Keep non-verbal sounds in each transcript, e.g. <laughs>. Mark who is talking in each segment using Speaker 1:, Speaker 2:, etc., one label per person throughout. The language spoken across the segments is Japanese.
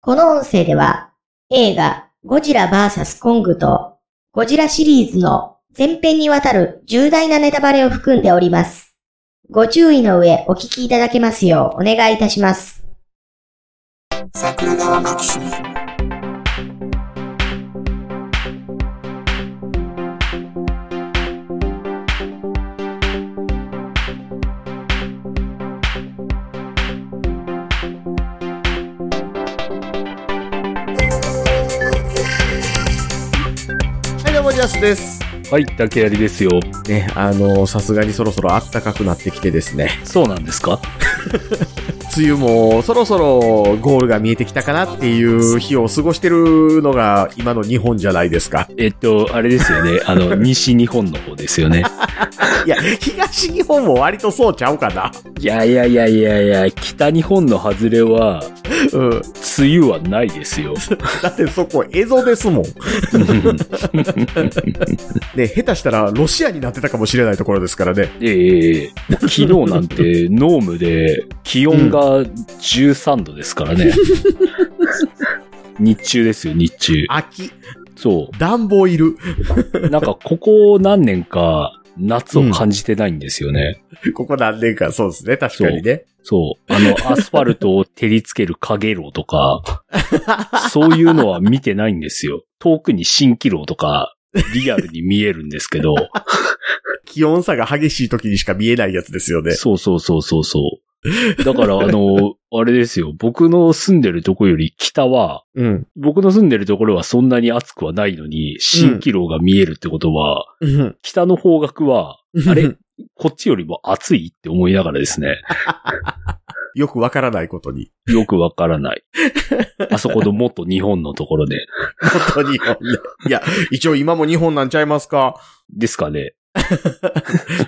Speaker 1: この音声では映画ゴジラ VS コングとゴジラシリーズの前編にわたる重大なネタバレを含んでおります。ご注意の上お聞きいただけますようお願いいたします。
Speaker 2: 桜川マキシム
Speaker 3: はい、どうも、ジャスです。
Speaker 4: はい、竹やりですよ。
Speaker 3: ね、あのさすがにそろそろ暖かくなってきてですね、
Speaker 4: そうなんですか
Speaker 3: 梅雨もそろそろゴールが見えてきたかなっていう日を過ごしてるのが今の日本じゃないですか。
Speaker 4: えっと、あれですよ <laughs> ね。あの、西日本の方ですよね。
Speaker 3: <laughs> いや、東日本も割とそうちゃうかな。
Speaker 4: いやいやいやいやいや、北日本の外れは、
Speaker 3: うん。
Speaker 4: 梅雨はないですよ。
Speaker 3: だってそこ映像ですもん。ね、下手したらロシアになってたかもしれないところですからね。
Speaker 4: <laughs> ええ昨日なんて、ノームで気温が13度ですから <laughs> ね。日中ですよ、日中。
Speaker 3: 秋、
Speaker 4: そ
Speaker 3: 暖房いる。
Speaker 4: う。なんか、ここ何年か、夏を感じてないんですよね。
Speaker 3: ここ何年かそうですね、確かにね。
Speaker 4: そう。あの、アスファルトを照りつける影楼とか、そういうのは見てないんですよ。遠くに蜃気楼とか、リアルに見えるんですけど、
Speaker 3: 気温差が激しい時にしか見えないやつですよね。
Speaker 4: そうそうそうそうそう。だから、あの、あれですよ。僕の住んでるとこより北は、
Speaker 3: うん。
Speaker 4: 僕の住んでるところはそんなに暑くはないのに、蜃気楼が見えるってことは、
Speaker 3: うん。、
Speaker 4: 北の方角は、あれこっちよりも暑いって思いながらですね。
Speaker 3: よくわからないことに。
Speaker 4: よくわからない。あそこの元日本のところで。
Speaker 3: 本当に。いや、一応今も日本なんちゃいます
Speaker 4: <laughs>
Speaker 3: か。
Speaker 4: ですかね。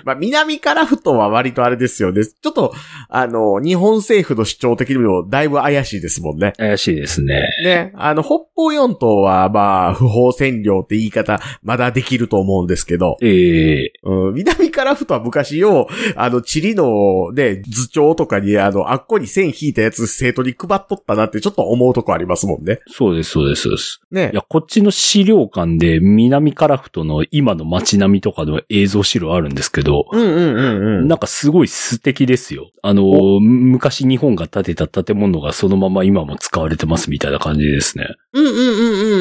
Speaker 3: まあ、南からふとは割とあれですよね。ちょっと、あの、日本政府の主張的にもだいぶ怪しいですもんね。
Speaker 4: 怪しいですね。
Speaker 3: ね。あの、北方四島は、まあ、不法占領って言い方、まだできると思うんですけど、
Speaker 4: ええ
Speaker 3: うん、南からふとは昔よう、あの、チリのね、図帳とかに、あの、あっこに線引いたやつ生徒に配っとったなってちょっと思うとこありますもんね。
Speaker 4: そうです、そうです、そうです。
Speaker 3: ね
Speaker 4: い。や、こっちの資料館で南カラフトの今の街並みとかの映像資料あるんですけど、
Speaker 3: うんうんうんうん。
Speaker 4: なんかすごい素敵ですよ。あの、昔日本が建てた建物がそのまま今も使われてますみたいな感じですね。
Speaker 3: うんうんうんうんうん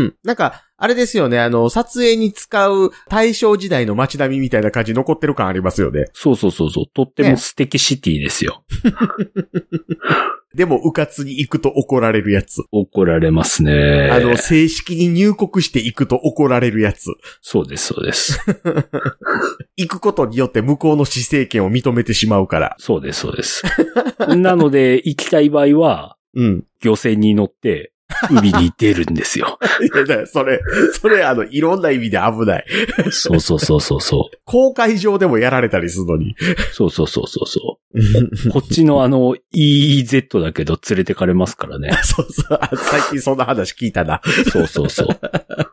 Speaker 3: うん。なんか、あれですよね、あの、撮影に使う大正時代の街並みみたいな感じ残ってる感ありますよね。
Speaker 4: そうそうそうそう。とっても素敵シティですよ。
Speaker 3: でも、うかつに行くと怒られるやつ。
Speaker 4: 怒られますね。
Speaker 3: あの、正式に入国して行くと怒られるやつ。
Speaker 4: そうです、そうです。 <laughs>
Speaker 3: 行くことによって向こうの施政権を認めてしまうから。
Speaker 4: そうです、そうです。なので、行きたい場合は、
Speaker 3: うん。 <laughs>
Speaker 4: 漁船に乗って、海に出るんですよ。
Speaker 3: いや、だからそれ、それ、あの、いろんな意味で危ない。
Speaker 4: そうそうそうそうそう。
Speaker 3: 公海上でもやられたりするのに。 <laughs>
Speaker 4: そうそうそうそうそう。 <laughs> こっちのあの EEZ だけど連れてかれますからね。
Speaker 3: そうそう、あ最近そんな話聞いたな。
Speaker 4: <laughs> そうそうそう。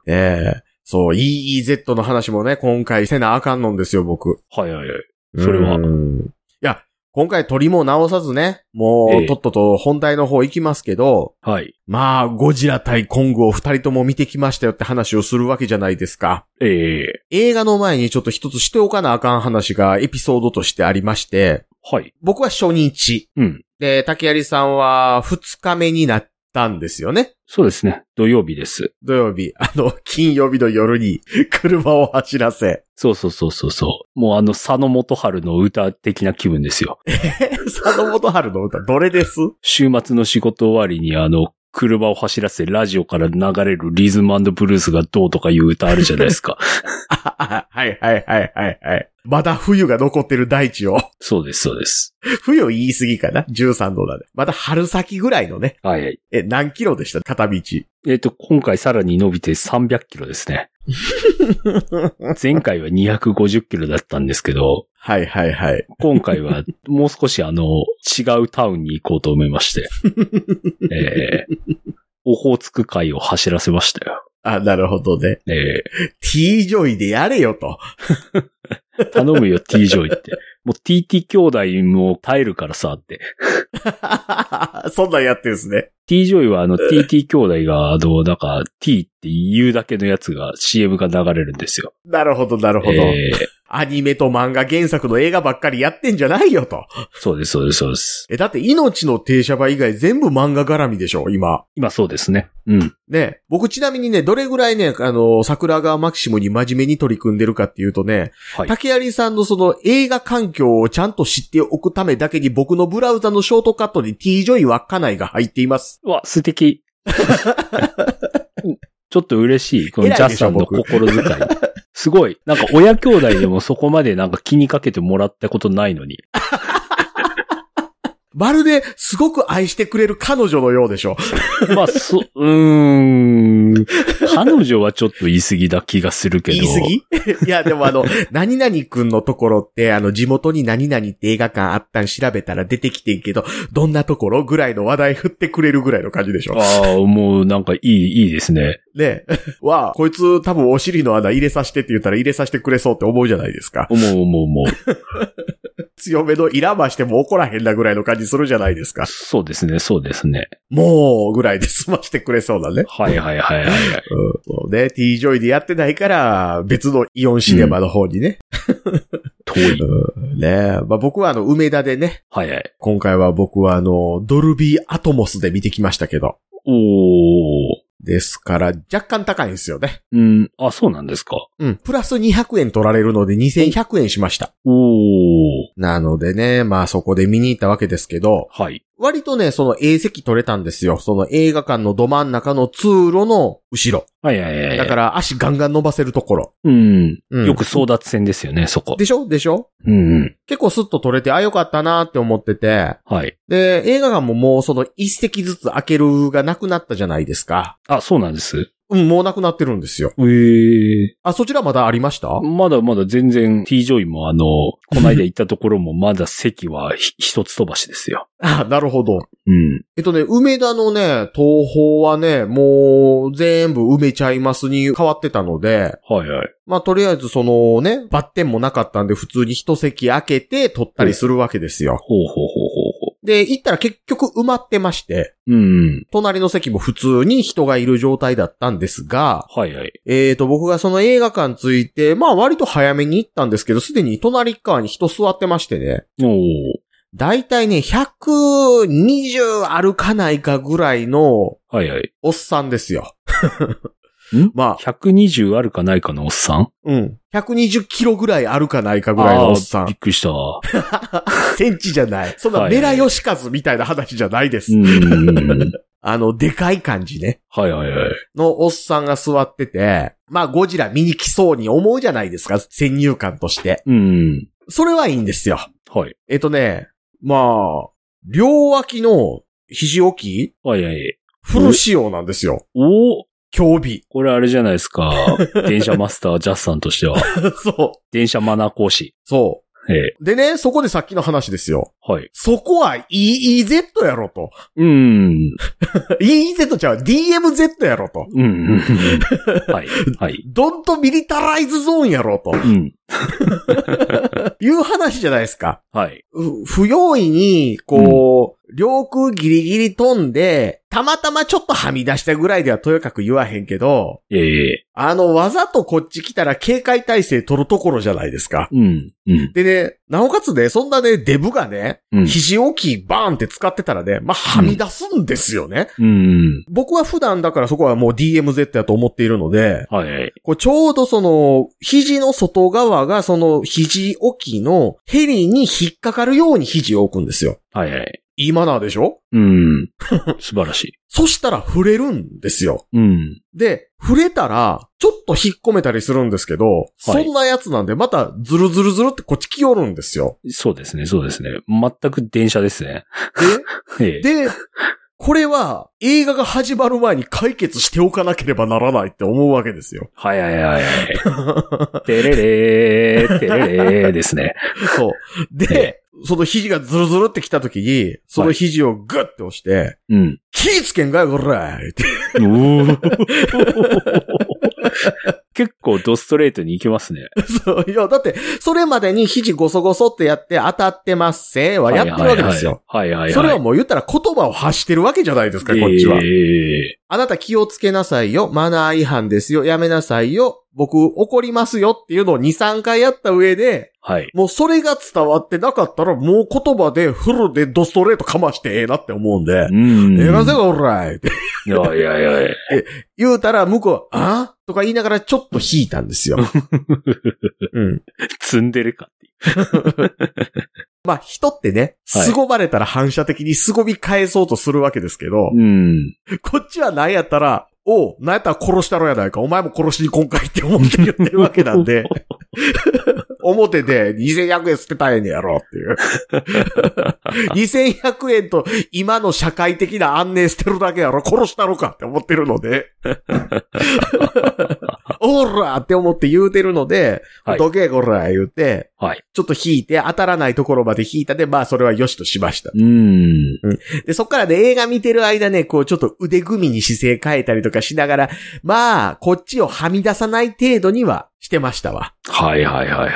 Speaker 3: ええそう、EEZ の話もね、今回せなあかんのんですよ、僕。
Speaker 4: はいはいはい。それは
Speaker 3: うんいや、今回鳥も直さずね、も
Speaker 4: え
Speaker 3: う、
Speaker 4: え
Speaker 3: とっとと本題の方行きますけど、
Speaker 4: はい。
Speaker 3: まあ、ゴジラ対コングを二人とも見てきましたよって話をするわけじゃないですか。
Speaker 4: ええ
Speaker 3: 映画の前にちょっと一つしておかなあかん話がエピソードとしてありまして、
Speaker 4: はい。
Speaker 3: 僕は初日。
Speaker 4: うん。
Speaker 3: で、竹谷さんは二日目になったんですよね。
Speaker 4: そうですね。土曜日です。
Speaker 3: 土曜日、あの、金曜日の夜に車を走ら
Speaker 4: <laughs>
Speaker 3: せ。
Speaker 4: そうそうそうそうそう。もうあの、佐野元春の歌的な気分ですよ。
Speaker 3: 佐野元春の歌、どれです
Speaker 4: 週末の仕事終わりにあの、車を走らせてラジオから流れるリズムブルースがどうとかいう歌あるじゃないです <laughs> か。
Speaker 3: あ <laughs> はいはいはいはいはい。まだ冬が残ってる大地を。 <laughs>
Speaker 4: そうです、そうです。
Speaker 3: 冬言い過ぎかな ?13 度だね。まだ春先ぐらいのね。
Speaker 4: はいはい。
Speaker 3: え、何キロでした片道。
Speaker 4: えっ、と、今回さらに伸びて300キロで
Speaker 3: <laughs>
Speaker 4: すね。前回は250キロだったんですけど、
Speaker 3: はいはいはい。
Speaker 4: 今回はもう少しあの、違うタウンに行こうと思いま
Speaker 3: <laughs>
Speaker 4: して。えーオホーツク海を走らせましたよ。
Speaker 3: あ、なるほどね。
Speaker 4: え
Speaker 3: T ジョイでやれよと。 <laughs>
Speaker 4: ー頼むよ、T ジョイって。もう TT 兄弟も耐えるからさって。
Speaker 3: そんなんやってるんですね。
Speaker 4: T ジョイはあの TT 兄弟が、あの、なんか T って言うだけのやつが CM が流れるんですよ。
Speaker 3: なるほど、なるほど、
Speaker 4: えー
Speaker 3: アニメと漫画原作の映画ばっかりやってんじゃないよと。
Speaker 4: そうです、そうです、そうです。
Speaker 3: え、だって命の停車場以外全部漫画絡みでしょ、今。
Speaker 4: 今そうですね。うん。
Speaker 3: ね、僕ちなみにね、どれぐらいね、あの、桜川マキシムに真面目に取り組んでるかっていうとね、
Speaker 4: はい
Speaker 3: 竹有さんのその映画環境をちゃんと知っておくためだけに僕のブラウザのショートカットに T ジョイ稚内が入っています。
Speaker 4: うわ、素敵。ちょっと嬉しい。このジ
Speaker 3: 偉い
Speaker 4: ャ
Speaker 3: で
Speaker 4: ス
Speaker 3: しょ
Speaker 4: さんの
Speaker 3: 僕
Speaker 4: 心遣い。すごい。なんか親兄弟でもそこまでなんか気にかけてもらったことないのに。
Speaker 3: まるですごく愛してくれる彼女のようでしょ。
Speaker 4: まあ、そ、うーん。彼女はちょっと言い過ぎだ気がするけど。
Speaker 3: 言
Speaker 4: <laughs>
Speaker 3: い過ぎいや、でもあの、何々くんのところって、あの、地元に何々って映画館あったん調べたら出てきてんけど、どんなところぐらいの話題振ってくれるぐらいの感じでしょ。
Speaker 4: ああ、もうなんかいい、いいですね。
Speaker 3: ね <laughs> え。わあ、こいつ多分お尻の穴入れさせてって言ったら入れさせてくれそうって思うじゃないですか。
Speaker 4: 思う思う思う。
Speaker 3: 強めのイラましても怒らへんなぐらいの感じするじゃないですか。
Speaker 4: そうですね、そうですね。
Speaker 3: もう、ぐらいで済ましてくれそうだね。
Speaker 4: はいはいはいはいはい。
Speaker 3: うん、そうね。T ジョイでやってないから、別のイオンシネマの方にね。
Speaker 4: 遠い。
Speaker 3: うん、ねえまあ僕はあの、梅田でね、
Speaker 4: はいはい。
Speaker 3: 今回は僕はあの、ドルビーアトモスで見てきましたけど。
Speaker 4: おー。
Speaker 3: ですから、若干高いんですよね。
Speaker 4: うん、あ、そうなんですか。
Speaker 3: うん。プラス200円取られるので2100円しました。
Speaker 4: おー。
Speaker 3: なのでね、まあそこで見に行ったわけですけど、
Speaker 4: はい。
Speaker 3: 割とね、その A 席取れたんですよ。その映画館のど真ん中の通路の後ろ。
Speaker 4: はいはいはいはい。
Speaker 3: だから足ガンガン伸ばせるところ。
Speaker 4: うん。
Speaker 3: うん
Speaker 4: よく争奪戦ですよね、そこ。
Speaker 3: でしょでしょ
Speaker 4: うんうん。
Speaker 3: 結構スッと取れて、あ、よかったなーって思ってて。
Speaker 4: はい。
Speaker 3: で、映画館ももうその一席ずつ開けるがなくなったじゃないですか。
Speaker 4: あ、そうなんです。
Speaker 3: うん、もうなくなってるんですよ。
Speaker 4: ええ
Speaker 3: あ、そちらまだありました
Speaker 4: まだまだ全然 T ジョイもあの、この間行ったところもまだ席はひ一つ飛ばしですよ。
Speaker 3: あ、なるほど。
Speaker 4: うん。
Speaker 3: えっとね、梅田のね、東宝はね、もう全部埋めちゃいますに変わってたので、
Speaker 4: はいはい。
Speaker 3: まあとりあえずそのね、バッテンもなかったんで普通に一席開けて取ったりするわけですよ。
Speaker 4: ほうほうほうほうほ
Speaker 3: で、行ったら結局埋まってまして、
Speaker 4: う。うん。
Speaker 3: 隣の席も普通に人がいる状態だったんですが、
Speaker 4: はいはい。
Speaker 3: えーと、僕がその映画館ついて、まあ割と早めに行ったんですけど、すでに隣側に人座ってましてね。
Speaker 4: おー。
Speaker 3: だいたいね、120あるかないかぐらいの
Speaker 4: はいはい。
Speaker 3: おっさんですよ。
Speaker 4: ん
Speaker 3: まあ、
Speaker 4: 120あるかないかのおっさん
Speaker 3: うん。120キロぐらいあるかないかぐらいのおっさ
Speaker 4: あーび
Speaker 3: ん
Speaker 4: っ。くりした。
Speaker 3: <laughs> センチじゃない。そんな
Speaker 4: はい
Speaker 3: メラヨシカズみたいな話じゃないです。
Speaker 4: <laughs> うん。
Speaker 3: あの、でかい感じね。
Speaker 4: はいはいはい。
Speaker 3: のおっさんが座ってて、まあ、ゴジラ見に来そうに思うじゃないですか。先入観として。
Speaker 4: うん。
Speaker 3: それはいいんですよ。
Speaker 4: はい。
Speaker 3: えっとね、まあ、両脇の肘置き、
Speaker 4: はいはい。
Speaker 3: フル仕様なんですよ。
Speaker 4: おー。
Speaker 3: 競技。 <laughs>
Speaker 4: これあれじゃないです <laughs> か。電車マスタージャスさんとしては。
Speaker 3: そう。
Speaker 4: 電車マナー講師。
Speaker 3: そ
Speaker 4: ええ
Speaker 3: う。でね、そこでさっきの話ですよ。
Speaker 4: はい。
Speaker 3: そこは EEZ やろと。
Speaker 4: うん。
Speaker 3: EEZ ちゃう、DMZ やろと。 <laughs>
Speaker 4: うん。はい。はい。
Speaker 3: ドントミリタライズゾーンやろと
Speaker 4: うん。
Speaker 3: いう話じゃないですか。
Speaker 4: はい。
Speaker 3: ふ不用意に、こう、領空ギリギリ飛んで、たまたまちょっとはみ出したぐらいではとやかく言わへんけど、
Speaker 4: ええ
Speaker 3: あの、わざとこっち来たら警戒態勢取るところじゃないですか。
Speaker 4: うん。うん。
Speaker 3: でね、なおかつね、そんなね、デブがね、
Speaker 4: うん。
Speaker 3: 肘置きバーンって使ってたらね、まあ、はみ出すんですよね。
Speaker 4: うん。
Speaker 3: 僕は普段だからそこはもう DMZ だと思っているので、
Speaker 4: はいはい。
Speaker 3: こうちょうどその、肘の外側がその肘置きのヘリに引っかかるように肘を置くんですよ。
Speaker 4: はいはい。
Speaker 3: いいマナーでしょ <laughs>
Speaker 4: うん。素晴らしい。
Speaker 3: そしたら触れるんですよ。
Speaker 4: うん。
Speaker 3: で、触れたら、ちょっと引っ込めたりするんですけど、そんなやつなんで、また、ズルズルズルってこっち来よるんですよ。
Speaker 4: そうですね、そうですね。全く電車ですね。え
Speaker 3: で、
Speaker 4: え
Speaker 3: で、これは、映画が始まる前に解決しておかなければならないって思うわけです <laughs> よ。
Speaker 4: はいはいはいはい。てれれー、てれれーですね。
Speaker 3: そう。 <laughs> で、その肘がズルズルって来た時に、その肘をグッて押して、
Speaker 4: うん。
Speaker 3: 気ぃつけんかよ、こらって。
Speaker 4: おー結構ドストレートに行きますね。
Speaker 3: <laughs> そう、いや、だって、それまでに肘ごそごそってやって当たってますせーはやってるわけですよ。。
Speaker 4: はいはいはい。
Speaker 3: それはもう言ったら言葉を発してるわけじゃないですか、こっちは。
Speaker 4: え
Speaker 3: あなた気をつけなさいよ。マナー違反ですよ。やめなさいよ。僕怒りますよっていうのを2、3回やった上で、
Speaker 4: ーはい。
Speaker 3: もうそれが伝わってなかったらもう言葉でフルでドストレートかましてええなって思うんで
Speaker 4: う。ん。
Speaker 3: ええかせよ、おらいって
Speaker 4: いやいやいやいや。
Speaker 3: 言うたら向こう、あとか言いながらちょっと引いたんです
Speaker 4: <laughs>
Speaker 3: よ。うん。
Speaker 4: 積んでるかっていう。
Speaker 3: まあ人ってね、
Speaker 4: はい
Speaker 3: 凄まれたら反射的に凄み返そうとするわけですけど、
Speaker 4: うん。
Speaker 3: こっちは何やったら、おう、何やったら殺したろやないか、お前も殺しに今回って思って言ってるわけなん
Speaker 4: <laughs>
Speaker 3: で、表で2100円捨てたいねやろっていう。2100円と今の社会的な安寧捨てるだけやろ、殺したろかって思ってるの
Speaker 4: <laughs>
Speaker 3: で、おらって思って言うてるので、
Speaker 4: はい
Speaker 3: どけこら言うて、
Speaker 4: はい
Speaker 3: ちょっと引いて当たらないところまで引いたで、まあそれはよしとしました。
Speaker 4: うん。
Speaker 3: で、そっからね、映画見てる間ね、こうちょっと腕組みに姿勢変えたりとかしながら、まあ、こっちをはみ出さない程度にはしてましたわ。
Speaker 4: はいはいはいはい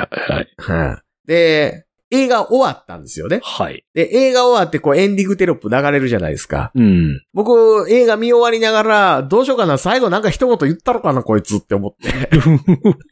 Speaker 4: はい。
Speaker 3: で、映画終わったんですよね。
Speaker 4: はい。
Speaker 3: で、映画終わってこうエンディングテロップ流れるじゃないですか。
Speaker 4: うん。
Speaker 3: 僕、映画見終わりながら、どうしようかな、最後なんか一言言ったのかな、こいつって思って。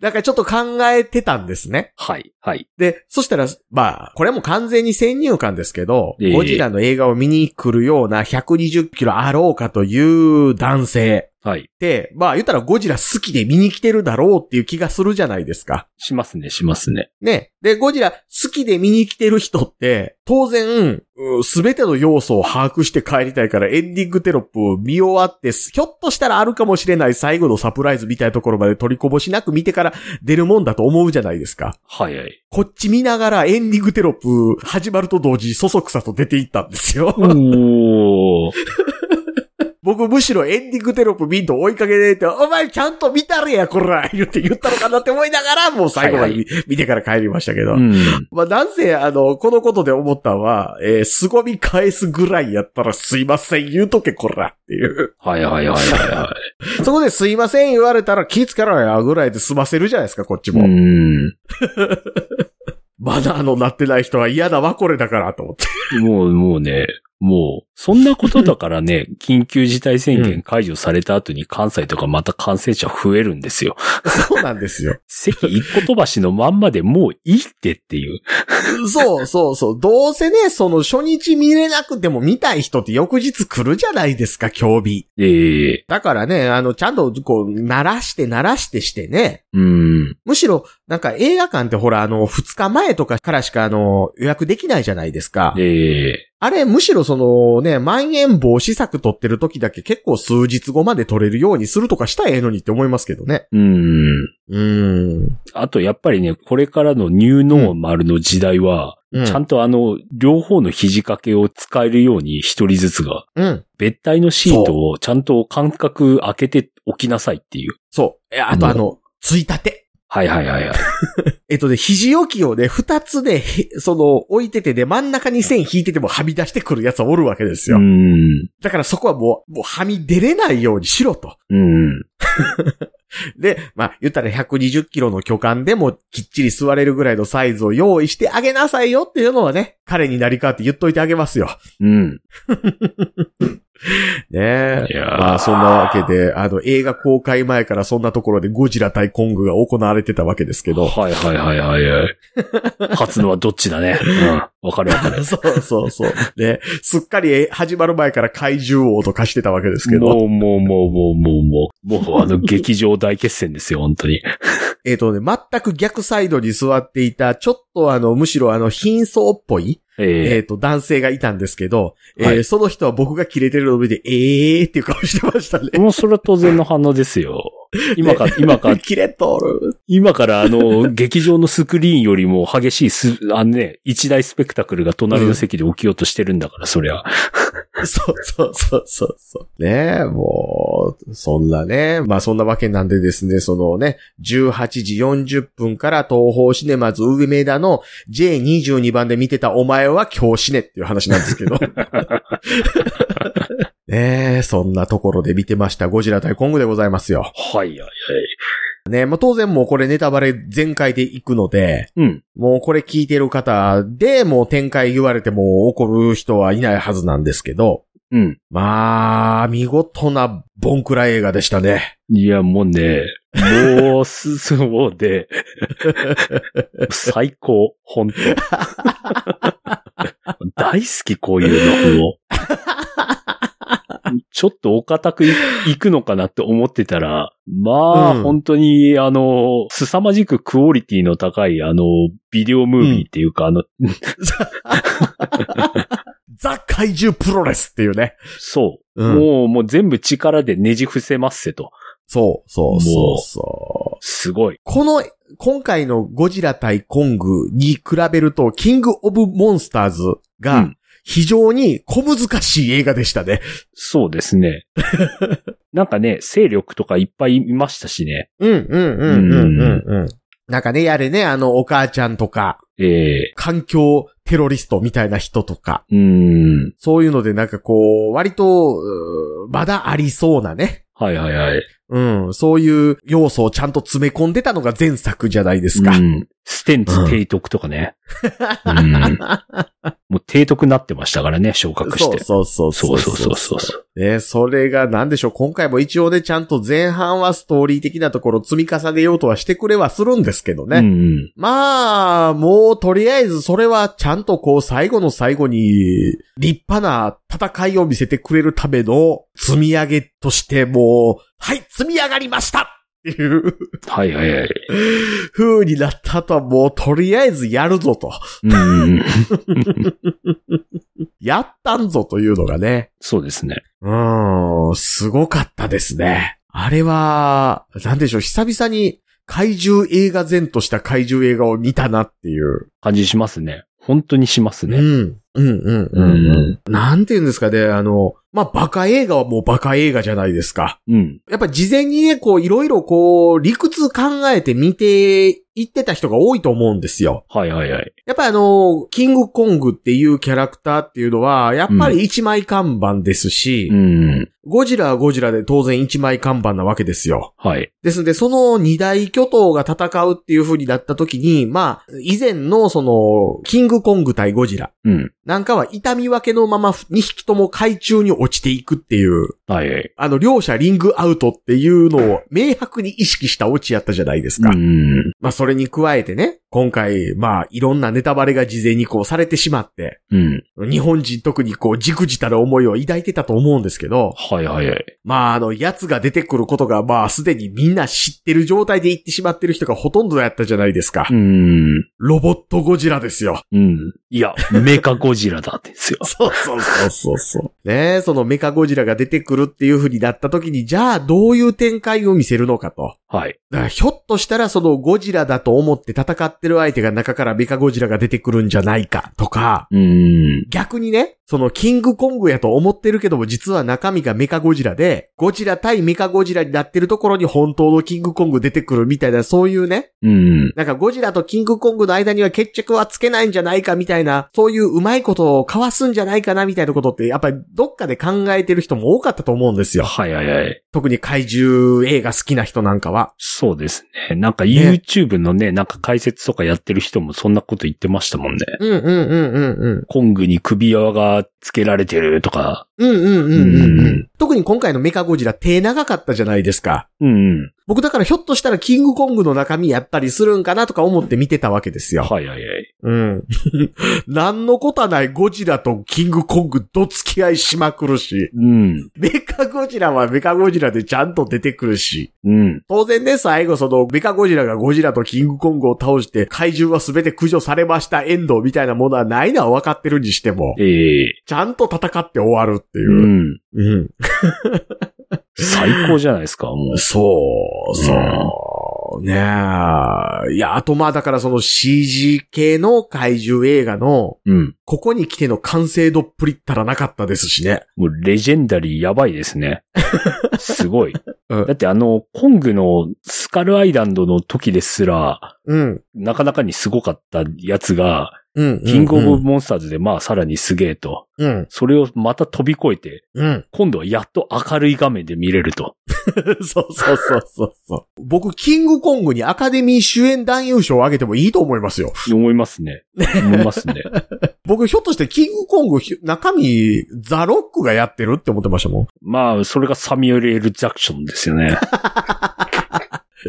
Speaker 3: なんかちょっと考えてたんですね。
Speaker 4: はい。はい。
Speaker 3: で、そしたら、まあ、これも完全に先入観ですけど、
Speaker 4: ええ
Speaker 3: ゴジラの映画を見に来るような120キロあろうかという男性
Speaker 4: はい。
Speaker 3: って、まあ言ったらゴジラ好きで見に来てるだろうっていう気がするじゃないですか。
Speaker 4: しますね、しますね。
Speaker 3: ね。で、ゴジラ好きで見に来てる人って、当然、すべての要素を把握して帰りたいからエンディングテロップを見終わって、ひょっとしたらあるかもしれない最後のサプライズみたいなところまで取りこぼしなく見てから出るもんだと思うじゃないですか。
Speaker 4: はいはい。
Speaker 3: こっち見ながらエンディングテロップ始まると同時にそそくさと出ていったんですよ。
Speaker 4: おー。
Speaker 3: 僕むしろエンディングテロップ見んと追いかけてて、お前ちゃんと見たれや、こら <laughs> 言って言ったのかなって思いながら、もう最後まで見,、
Speaker 4: は
Speaker 3: てから帰りましたけど。
Speaker 4: うん。
Speaker 3: まあ、なんせ、あの、このことで思ったのは、えー、凄み返すぐらいやったらすいません、言うとけ、こらっていう。
Speaker 4: はいはいはいはいは
Speaker 3: そこですいません言われたら気ぃつけろや、ぐらいで済ませるじゃないですか、こっち
Speaker 4: い。
Speaker 3: も。
Speaker 4: うん。
Speaker 3: まだあの、なってない人は嫌だわ、これだから、と思って。
Speaker 4: もう、もうね、もう、そんなことだから <laughs> ね、緊急事態宣言解除された後に関西とかまた感染者増えるんですよ。
Speaker 3: <laughs> そうなんですよ。
Speaker 4: 席一個飛ばしのまんまでもういいってっていう。
Speaker 3: そうそうそう。どうせね、その初日見れなくても見たい人って翌日来るじゃないですか、競技。
Speaker 4: ええ
Speaker 3: だからね、あの、ちゃんとこう、鳴らして鳴らしてしてね。
Speaker 4: うん。
Speaker 3: むしろ、なんか映画館ってほら、あの、2日前とかからしかあの、予約できないじゃないですか。
Speaker 4: ええ
Speaker 3: あれ、むしろそのね、まん延防止策取ってる時だけ結構数日後まで取れるようにするとかしたらええのにって思いますけどね。
Speaker 4: うん。
Speaker 3: うーん。
Speaker 4: あと、やっぱりね、これからのニューノーマルの時代は、
Speaker 3: う
Speaker 4: ちゃんとあの、両方の肘掛けを使えるように一人ずつが、
Speaker 3: うん。
Speaker 4: 別体のシートをちゃんと間隔開けておきなさいっていう。
Speaker 3: そう。えあとあの、ついたて。
Speaker 4: はいはいはいはい。
Speaker 3: えっとね、肘置きをね、二つね、へその、置いててね、真ん中に線引いててもはみ出してくるやつはおるわけですよ。
Speaker 4: うん。
Speaker 3: だからそこはもう、もうはみ出れないようにしろと。
Speaker 4: うん。
Speaker 3: で、まあ、言ったら120キロの巨漢でもきっちり座れるぐらいのサイズを用意してあげなさいよっていうのはね、彼になりかわって言っといてあげますよ。
Speaker 4: うん。
Speaker 3: ね
Speaker 4: い
Speaker 3: え。
Speaker 4: やー
Speaker 3: まあ、そんなわけで、あの、映画公開前からそんなところでゴジラ対コングが行われてたわけですけど。
Speaker 4: <laughs> はいはいはいはい
Speaker 3: <laughs>
Speaker 4: はい。勝つのはどっちだね。うん。わかるわかる。
Speaker 3: そうそうそう。ね。すっかり始まる前から怪獣王とかしてたわけですけど。
Speaker 4: もうもうもうもうもうもう、もうあの劇場大決戦ですよ、本当に。
Speaker 3: えっ、とね、全く逆サイドに座っていた、ちょっとあの、むしろあの、貧相っぽい、え
Speaker 4: ええ
Speaker 3: っ、と、男性がいたんですけど、えー
Speaker 4: はい
Speaker 3: その人は僕がキレてるのを見て、えーっていう顔してましたね。、
Speaker 4: <laughs> もうそれは当然の反応ですよ。今か、今か
Speaker 3: <laughs> キレとる。
Speaker 4: 今からあの、劇場のスクリーンよりも激しいす、あのね、一大スペクタクルが隣の席で起きようとしてるんだから、そりゃ。
Speaker 3: そうそうそうそうそう。ねえ、もう、そんなね。まあそんなわけなんでですね、そのね、18時40分から東方シネマズ上目田の J22 番で見てたお前は今日死ねっていう話なんですけど。
Speaker 4: <laughs>
Speaker 3: ねえ、そんなところで見てました。ゴジラ対コングでございますよ。
Speaker 4: はいはいはい。
Speaker 3: ね、まあ、当然もうこれネタバレ全開でいくので、
Speaker 4: うん。
Speaker 3: もうこれ聞いてる方でもう展開言われても怒る人はいないはずなんですけど、
Speaker 4: うん。
Speaker 3: まあ、見事なボンクラ映画でしたね。
Speaker 4: いや、もうね、もう、す、す、もうね、最高、本当大好き、こういうの、もうちょっとお堅くいいくのかなって思ってたら、まあ、
Speaker 3: うん
Speaker 4: 本当に、あの、凄まじくクオリティの高い、あの、ビデオムービーっていうか、あの、
Speaker 3: ザ怪獣プロレスっていうね。
Speaker 4: そうう、
Speaker 3: ん。
Speaker 4: もう、もう全部力でねじ伏せますせと。
Speaker 3: そう、そう、
Speaker 4: も
Speaker 3: そうう、そう。
Speaker 4: すごい。
Speaker 3: この、今回のゴジラ対コングに比べると、キングオブモンスターズ
Speaker 4: う
Speaker 3: が
Speaker 4: ん
Speaker 3: 非常に小難しい映画でしたね。
Speaker 4: そうで
Speaker 3: <laughs>
Speaker 4: すね。なんかね、勢力とかいっぱいいましたしね。
Speaker 3: うん、うん、うん、うん、うん、うん。なんかね、やれね、あの、お母ちゃんとか、
Speaker 4: ええ
Speaker 3: 環境テロリストみたいな人とか、
Speaker 4: うーん。
Speaker 3: そういうのでなんかこう、割と、うーまだありそうなね。
Speaker 4: はいはいはい。
Speaker 3: うん、そういう要素をちゃんと詰め込んでたのが前作じゃないですか。
Speaker 4: うん、ステンツ提督と
Speaker 3: <laughs>
Speaker 4: かね。うん、もう提督になってましたからね、昇格し
Speaker 3: そう
Speaker 4: て。
Speaker 3: そうそう
Speaker 4: そうそうそうそうそう。
Speaker 3: ね、それがなんでしょう、今回も一応ね、ちゃんと前半はストーリー的なところ積み重ねようとはしてくれはするんですけどね。
Speaker 4: うんうん。
Speaker 3: まあ、もうとりあえずそれはちゃんとこう最後の最後に立派な戦いを見せてくれるための積み上げとしてもう、はい、積み上がりましたっていう
Speaker 4: はいはいはい。
Speaker 3: 風になった後はもうとりあえずやるぞと。
Speaker 4: うんうん。
Speaker 3: やったんぞというのがね。
Speaker 4: そうですね。
Speaker 3: うーん、すごかったですね。あれは、なんでしょう、久々に怪獣映画前とした怪獣映画を見たなっていう。
Speaker 4: 感じしますね。本当にします
Speaker 3: う
Speaker 4: ね。
Speaker 3: ん。うんうん
Speaker 4: う
Speaker 3: うんん。なんて言うんですかね、あの、まあ、バカ映画はもうバカ映画じゃないですか。
Speaker 4: うん。うん。
Speaker 3: やっぱ事前にね、こう、いろいろこう、理屈考えて見ていってた人が多いと思うんですよ。
Speaker 4: はいはいはい。
Speaker 3: やっぱあの、キングコングっていうキャラクターっていうのは、やっぱり一枚看板ですし、
Speaker 4: うん。
Speaker 3: ゴジラはゴジラで当然一枚看板なわけですよ。
Speaker 4: はい。
Speaker 3: ですので、その二大巨頭が戦うっていう風になった時に、まあ、以前のその、キングコング対ゴジラ
Speaker 4: うん。
Speaker 3: なんかは痛み分けのまま2匹とも海中に落ちていくっていう、
Speaker 4: はいはい。
Speaker 3: あの、両者リングアウトっていうのを明白に意識したオチやったじゃないですか。
Speaker 4: うん。
Speaker 3: まあ、それに加えてね、今回、まあ、いろんなネタバレが事前にこうされてしまって、
Speaker 4: うん。
Speaker 3: 日本人特にこう、じくじたる思いを抱いてたと思うんですけど、
Speaker 4: はいはいはい。
Speaker 3: まあ、あの、奴が出てくることが、まあ、すでにみんな知ってる状態で行ってしまってる人がほとんどやったじゃないですか。
Speaker 4: うん。
Speaker 3: ロボットゴジラですよ。
Speaker 4: うん。いや、メカゴジラだってですよ。 <laughs>
Speaker 3: そうそうそうそうそう。ねえ、そのメカゴジラが出てくるっていう風になった時に、じゃあ、どういう展開を見せるのかと。
Speaker 4: はい。
Speaker 3: だからひょっとしたら、そのゴジラだと思って戦ってる相手が中からメカゴジラが出てくるんじゃないか、とか。
Speaker 4: うん。
Speaker 3: 逆にね、そのキングコングやと思ってるけども、実は中身がメカゴジラで、ゴジラ対メカゴジラになってるところに本当のキングコング出てくるみたいな、そういうね、
Speaker 4: うん。
Speaker 3: なんかゴジラとキングコングの間には決着はつけないんじゃないかみたいな、そういううまいことを交わすんじゃないかなみたいなことって、やっぱりどっかで考えてる人も多かったと思うんですよ。
Speaker 4: はいはいはい。
Speaker 3: 特に怪獣映画好きな人なんかは。
Speaker 4: そうですね。なんか YouTube のね、なんか解説とかやってる人もそんなこと言ってましたもんね。
Speaker 3: うんうんうんうんうん。
Speaker 4: コングに首輪がつけられてるとか。
Speaker 3: うんうんうんうんう
Speaker 4: うん
Speaker 3: ん。特に今回のメカゴジラ手長かったじゃないですか。
Speaker 4: うん。
Speaker 3: 僕だからひょっとしたらキングコングの中身やったりするんかなとか思って見てたわけですよ。
Speaker 4: はいはいはい。
Speaker 3: うん。 <laughs> 何のことはないゴジラとキングコングどつき合いしまくるし、
Speaker 4: うん。
Speaker 3: メカゴジラはメカゴジラでちゃんと出てくるし、
Speaker 4: うん。
Speaker 3: 当然ね、最後そのメカゴジラがゴジラとキングコングを倒して怪獣は全て駆除されましたエンドみたいなものはないのは分かってるにしても、
Speaker 4: ええ
Speaker 3: ちゃんと戦って終わるっていうう。
Speaker 4: ん。
Speaker 3: うん。
Speaker 4: 最高じゃないですか、もう。
Speaker 3: そう、そう。ねえ。いや、あとまあだからその CG 系の怪獣映画の、
Speaker 4: うん。
Speaker 3: ここに来ての完成度っぷりったらなかったですしね。
Speaker 4: もうレジェンダリーやばいです <laughs> ね。すごい。
Speaker 3: うん
Speaker 4: だってあの、コングのスカルアイランドの時ですら、
Speaker 3: うん。
Speaker 4: なかなかにすごかったやつが、
Speaker 3: うん。
Speaker 4: キングオブモンスターズでまあさらにすげえと。
Speaker 3: うん。
Speaker 4: それをまた飛び越えて、
Speaker 3: うん。
Speaker 4: 今度はやっと明るい画面で見れると。
Speaker 3: <laughs> そうそうそうそうそう。僕、キングコングにアカデミー主演男優賞をあげてもいいと思いますよ。
Speaker 4: 思いますね。思いま
Speaker 3: <laughs>
Speaker 4: すね。
Speaker 3: 僕、ひょっとしてキングコングひ、中身、ザ・ロックがやってるって思ってましたもん。
Speaker 4: まあ、それがサミュエル・エル・ジャクションですよね。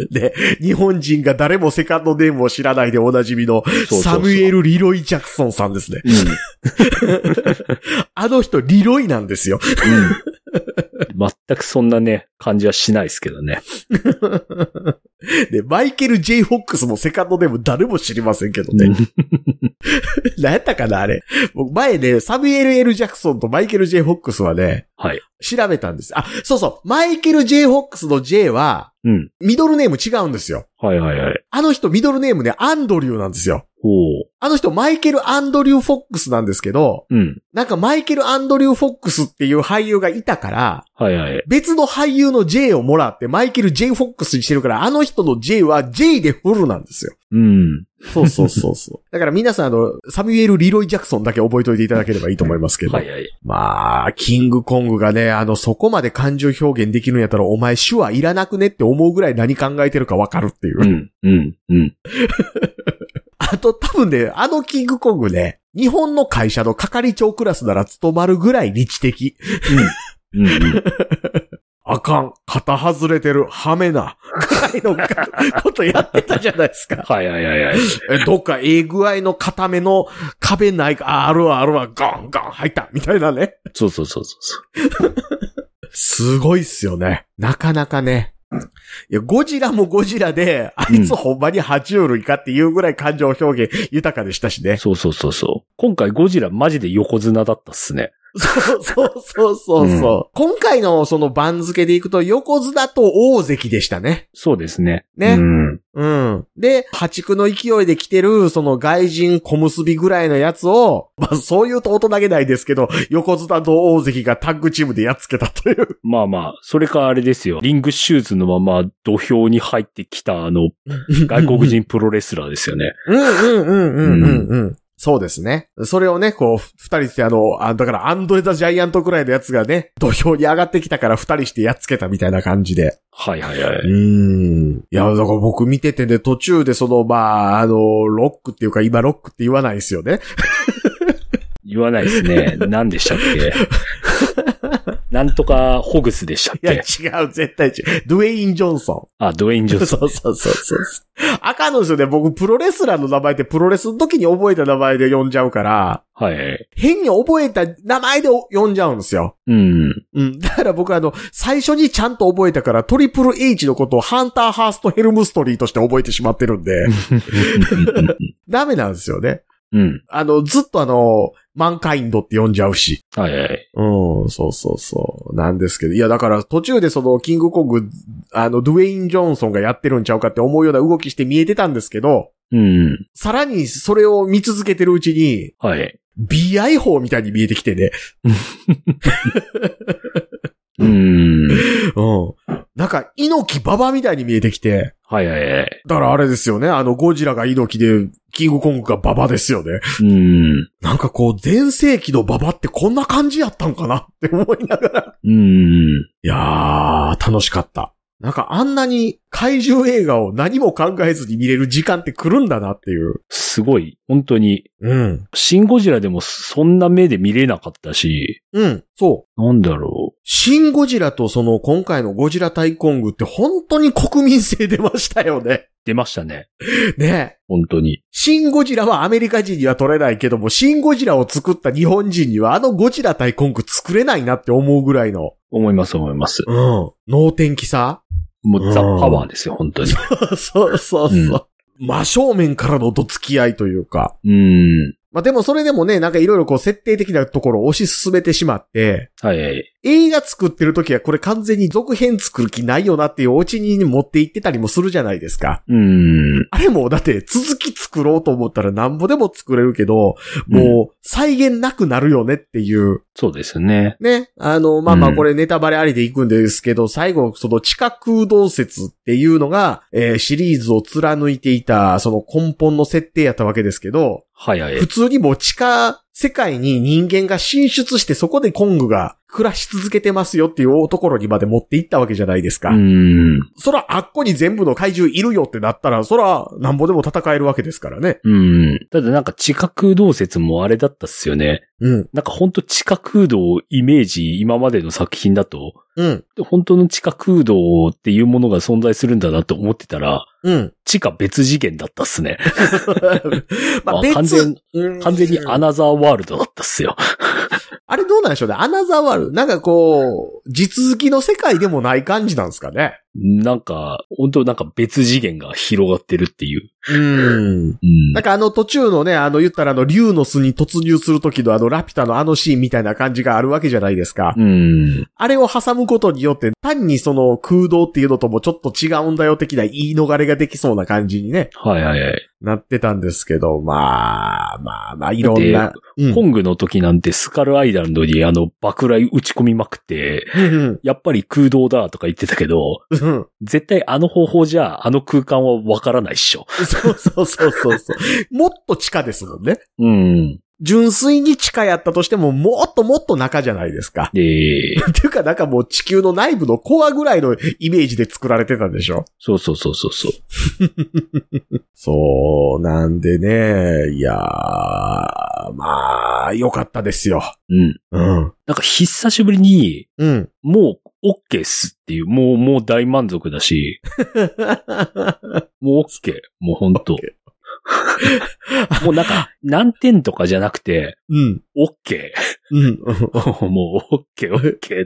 Speaker 3: で、日本人が誰もセカンドネームを知らないでおなじみの、
Speaker 4: そうそうそう
Speaker 3: サムエル・リロイ・ジャクソンさん
Speaker 4: <laughs>
Speaker 3: ですね。
Speaker 4: うん。
Speaker 3: あの人、リロイなんですよ。 <laughs>
Speaker 4: うん。全くそんなね、感じはしないですけどね。
Speaker 3: で、マイケル・ J ・フォックスもセカンドネーム誰も知りませんけど
Speaker 4: う
Speaker 3: ね
Speaker 4: ん。
Speaker 3: <laughs> 何やったかな、あれ。僕、前ね、サムエル・エル・ジャクソンとマイケル・ J ・フォックスはね、
Speaker 4: はい。
Speaker 3: 調べたんです。あ、そうそう。マイケル・ J ・フォックスの J は、
Speaker 4: うん。
Speaker 3: ミドルネーム違うんですよ。
Speaker 4: はいはいはい。
Speaker 3: あの人、ミドルネームね、アンドリューなんですよ。
Speaker 4: おう。
Speaker 3: あの人、マイケル・アンドリュー・フォックスなんですけど、
Speaker 4: うん。
Speaker 3: なんかマイケル・アンドリュー・フォックスっていう俳優がいたから、
Speaker 4: はいはい。
Speaker 3: 別の俳優の J をもらって、マイケル・ J ・フォックスにしてるから、あの人の J は J でフルなんですよ。
Speaker 4: うん。
Speaker 3: そうそうそうそう。 <laughs> だから皆さん、あの、サミュエル・リロイ・ジャクソンだけ覚えといていただければいいと思いますけど。
Speaker 4: はいはい。
Speaker 3: まあ、キングコングがね、あの、そこまで感情表現できるんやったら、お前手話いらなくねって思うぐらい何考えてるかわかるっていう。
Speaker 4: うん。うん。うん。
Speaker 3: あと、多分ね、あのキングコングね、日本の会社の係長クラスなら務まるぐらい理知的。
Speaker 4: うん。うん。
Speaker 3: あかん。肩外れてる。はめな。ぐらいのかことやってたじゃないですか。
Speaker 4: はいはいはいはい。
Speaker 3: <laughs> え、どっかええ具合の固めの壁ないか、ああるわあるわ、ガンガン入った、みたいなね。
Speaker 4: そうそうそうそうそう。
Speaker 3: すごいっすよね。なかなかね。いや、ゴジラもゴジラで、あいつほんまに爬虫類かっていうぐらい感情表現豊かでしたしね。
Speaker 4: そうそうそうそう。今回ゴジラマジで横綱だったっすね。
Speaker 3: そうそうそうそうそう。今回のその番付でいくと、横綱と大関でしたね。
Speaker 4: そうですね。
Speaker 3: ね
Speaker 4: うん。
Speaker 3: うん。で、破竹の勢いで来てる、その外人小結びぐらいのやつを、まあそういうと大人げないですけど、横綱と大関がタッグチームでやっつけたという。
Speaker 4: まあまあ、それかあれですよ。リングシューズのまま土俵に入ってきたあの、
Speaker 3: <laughs>
Speaker 4: 外国。人プロレスラーですよね。
Speaker 3: うんうんうんうんうんうん。そうですね。それをね、こう、ふ二人してあの、あだからアンドレ・ザ・ジャイアントくらいのやつがね、土俵に上がってきたから二人してやっつけたみたいな感じで。
Speaker 4: はいはいは
Speaker 3: うー
Speaker 4: い。
Speaker 3: ん。いや、だから僕見ててね、途中でその、まあ、あの、ロックっていうか、今ロックって言わないですよね。
Speaker 4: 言わないですね。何でしたっけ
Speaker 3: <laughs>
Speaker 4: なんとかホグスでしたっ
Speaker 3: いや、
Speaker 4: け
Speaker 3: 違う、絶対違う。ドゥエイン・ジョンソ
Speaker 4: あ、ドウェイン・ジョ
Speaker 3: ン。
Speaker 4: ンソ
Speaker 3: そ
Speaker 4: ン。
Speaker 3: うそうそうそう。赤の人ね、僕、プロレスラーの名前ってプロレスの時に覚えた名前で呼んじゃうから、
Speaker 4: はいはい。
Speaker 3: 変に覚えた名前で呼んじゃうんですよ。
Speaker 4: うん。
Speaker 3: うん。 <laughs> だから僕あの、最初にちゃんと覚えたから、トリプル H のことをハンター・ハースト・ヘルムストリーとして覚えてしまってるんで、ダメなんですよね。
Speaker 4: うん。
Speaker 3: あの、ずっとあの、マンカインドって呼んじゃうし。
Speaker 4: はいはい。
Speaker 3: うん、そうそうそう。なんですけど。いや、だから途中でその、キングコング、あの、ドゥエイン・ジョンソンがやってるんちゃうかって思うような動きして見えてたんですけど、
Speaker 4: うん。
Speaker 3: さらにそれを見続けてるうちに、
Speaker 4: はい。
Speaker 3: BI 法みたいに見えてきてね。
Speaker 4: う
Speaker 3: う
Speaker 4: ん。
Speaker 3: ん。なんか、猪木ババみたいに見えてきて。
Speaker 4: はいはいはい。
Speaker 3: だからあれですよね。あの、ゴジラが猪木で、キングコングがババですよね。 <laughs>
Speaker 4: うん。
Speaker 3: なんかこう、前世紀のババってこんな感じやったんかなって思いながら。 <laughs>
Speaker 4: うん。
Speaker 3: いやー、楽しかった。なんかあんなに怪獣映画を何も考えずに見れる時間って来るんだなっていう。
Speaker 4: すごい。本当に。
Speaker 3: うん。
Speaker 4: シン・ゴジラでもそんな目で見れなかったし、
Speaker 3: うん、そう。
Speaker 4: なんだろ
Speaker 3: シン・ゴジラとその今回のゴジラ対コングって本当に国民性出ましたよね。 <laughs>
Speaker 4: う。出ましたね。
Speaker 3: ねえ。
Speaker 4: 本当に。
Speaker 3: シン・ゴジラはアメリカ人には撮れないけども、シン・ゴジラを作った日本人にはあのゴジラ対コング作れないなって思うぐらいの、
Speaker 4: 思います、思います。
Speaker 3: うん、能天気さ
Speaker 4: もうザ・パ
Speaker 3: うん
Speaker 4: ワーですよ、本当に。
Speaker 3: <laughs> そうそうそう。真正面からのどつき合いというか。
Speaker 4: うん。
Speaker 3: まあでもそれでもね、なんかいろいろこう設定的なところを推し進めてしまって、
Speaker 4: はいはい。
Speaker 3: 映画作ってる時はこれ完全に続編作る気ないよなっていうお家に持って行ってたりもするじゃないですか。
Speaker 4: うん。
Speaker 3: あれもだって続き作ろうと思ったらなんぼでも作れるけど、もう再現なくなるよねっていう。
Speaker 4: そうですね。
Speaker 3: ね。あの、まあま
Speaker 4: う
Speaker 3: あ
Speaker 4: ん
Speaker 3: これネタバレありでいくんですけど、最後その地下空洞説っていうのが、えーシリーズを貫いていたその根本の設定やったわけですけど、
Speaker 4: はいはい
Speaker 3: 普。通にもう地下世界に人間が進出してそこでコングが暮らし続けてますよっていうところにまで持っていったわけじゃないですか。
Speaker 4: うん。
Speaker 3: そらあっこに全部の怪獣いるよってなったら、そらなんぼでも戦えるわけですからね。
Speaker 4: うん。ただなんか地下空洞説もあれだったっすよね。
Speaker 3: うん。
Speaker 4: なんかほんと地下空洞をイメージ、今までの作品だと、
Speaker 3: うん。
Speaker 4: 本当の地下空洞っていうものが存在するんだなと思ってたら、 <laughs>
Speaker 3: うん。
Speaker 4: 地下別次元だったっすね。
Speaker 3: ま
Speaker 4: あ完全、
Speaker 3: うん
Speaker 4: 完全にアナザーワールドだったっすよ。
Speaker 3: あれどうなんでしょうね。アナザーワールド。なんかこう、地続きの世界でもない感じなんですかね。
Speaker 4: なんか、本当なんか別次元が広がってるっていう。
Speaker 3: うん。
Speaker 4: うん
Speaker 3: なんかあの途中のね、あの言ったらあの竜の巣に突入する時のあのラピュタのあのシーンみたいな感じがあるわけじゃないですか。
Speaker 4: うん。
Speaker 3: あれを挟むことによって単にその空洞っていうのともちょっと違うんだよ的な言い逃れができそうな感じにね、
Speaker 4: はいはいはい。
Speaker 3: なってたんですけど、まあ、まあまあいろん
Speaker 4: だ
Speaker 3: な。
Speaker 4: っ
Speaker 3: うん
Speaker 4: コングの時なんてスカルアイランドにあの爆雷打ち込みまくって、
Speaker 3: うん
Speaker 4: やっぱり空洞だとか言ってたけど、
Speaker 3: うん
Speaker 4: 絶対あの方法じゃあの空間はわからないっしょ。
Speaker 3: そうそうそうそうそう。もっと地下ですもんね。
Speaker 4: うん。
Speaker 3: 純粋に地下やったとしても、もっともっと中じゃないですか。って
Speaker 4: で、
Speaker 3: いうか、なんかもう地球の内部のコアぐらいのイメージで作られてたんでしょ
Speaker 4: そうそうそうそうそう。
Speaker 3: そう、なんでね、いやー、まあ、良かったですよ。
Speaker 4: うん。
Speaker 3: うん。
Speaker 4: なんか久しぶりに、
Speaker 3: うん。
Speaker 4: もう OK っすっていう、もう、もう大満足だし、 <laughs> もう OK。もうほんと。 <laughs> もうなんか、何点とかじゃなくて、
Speaker 3: うん。
Speaker 4: OK。
Speaker 3: うん。 <laughs>
Speaker 4: <laughs> もう OK、OK っていう。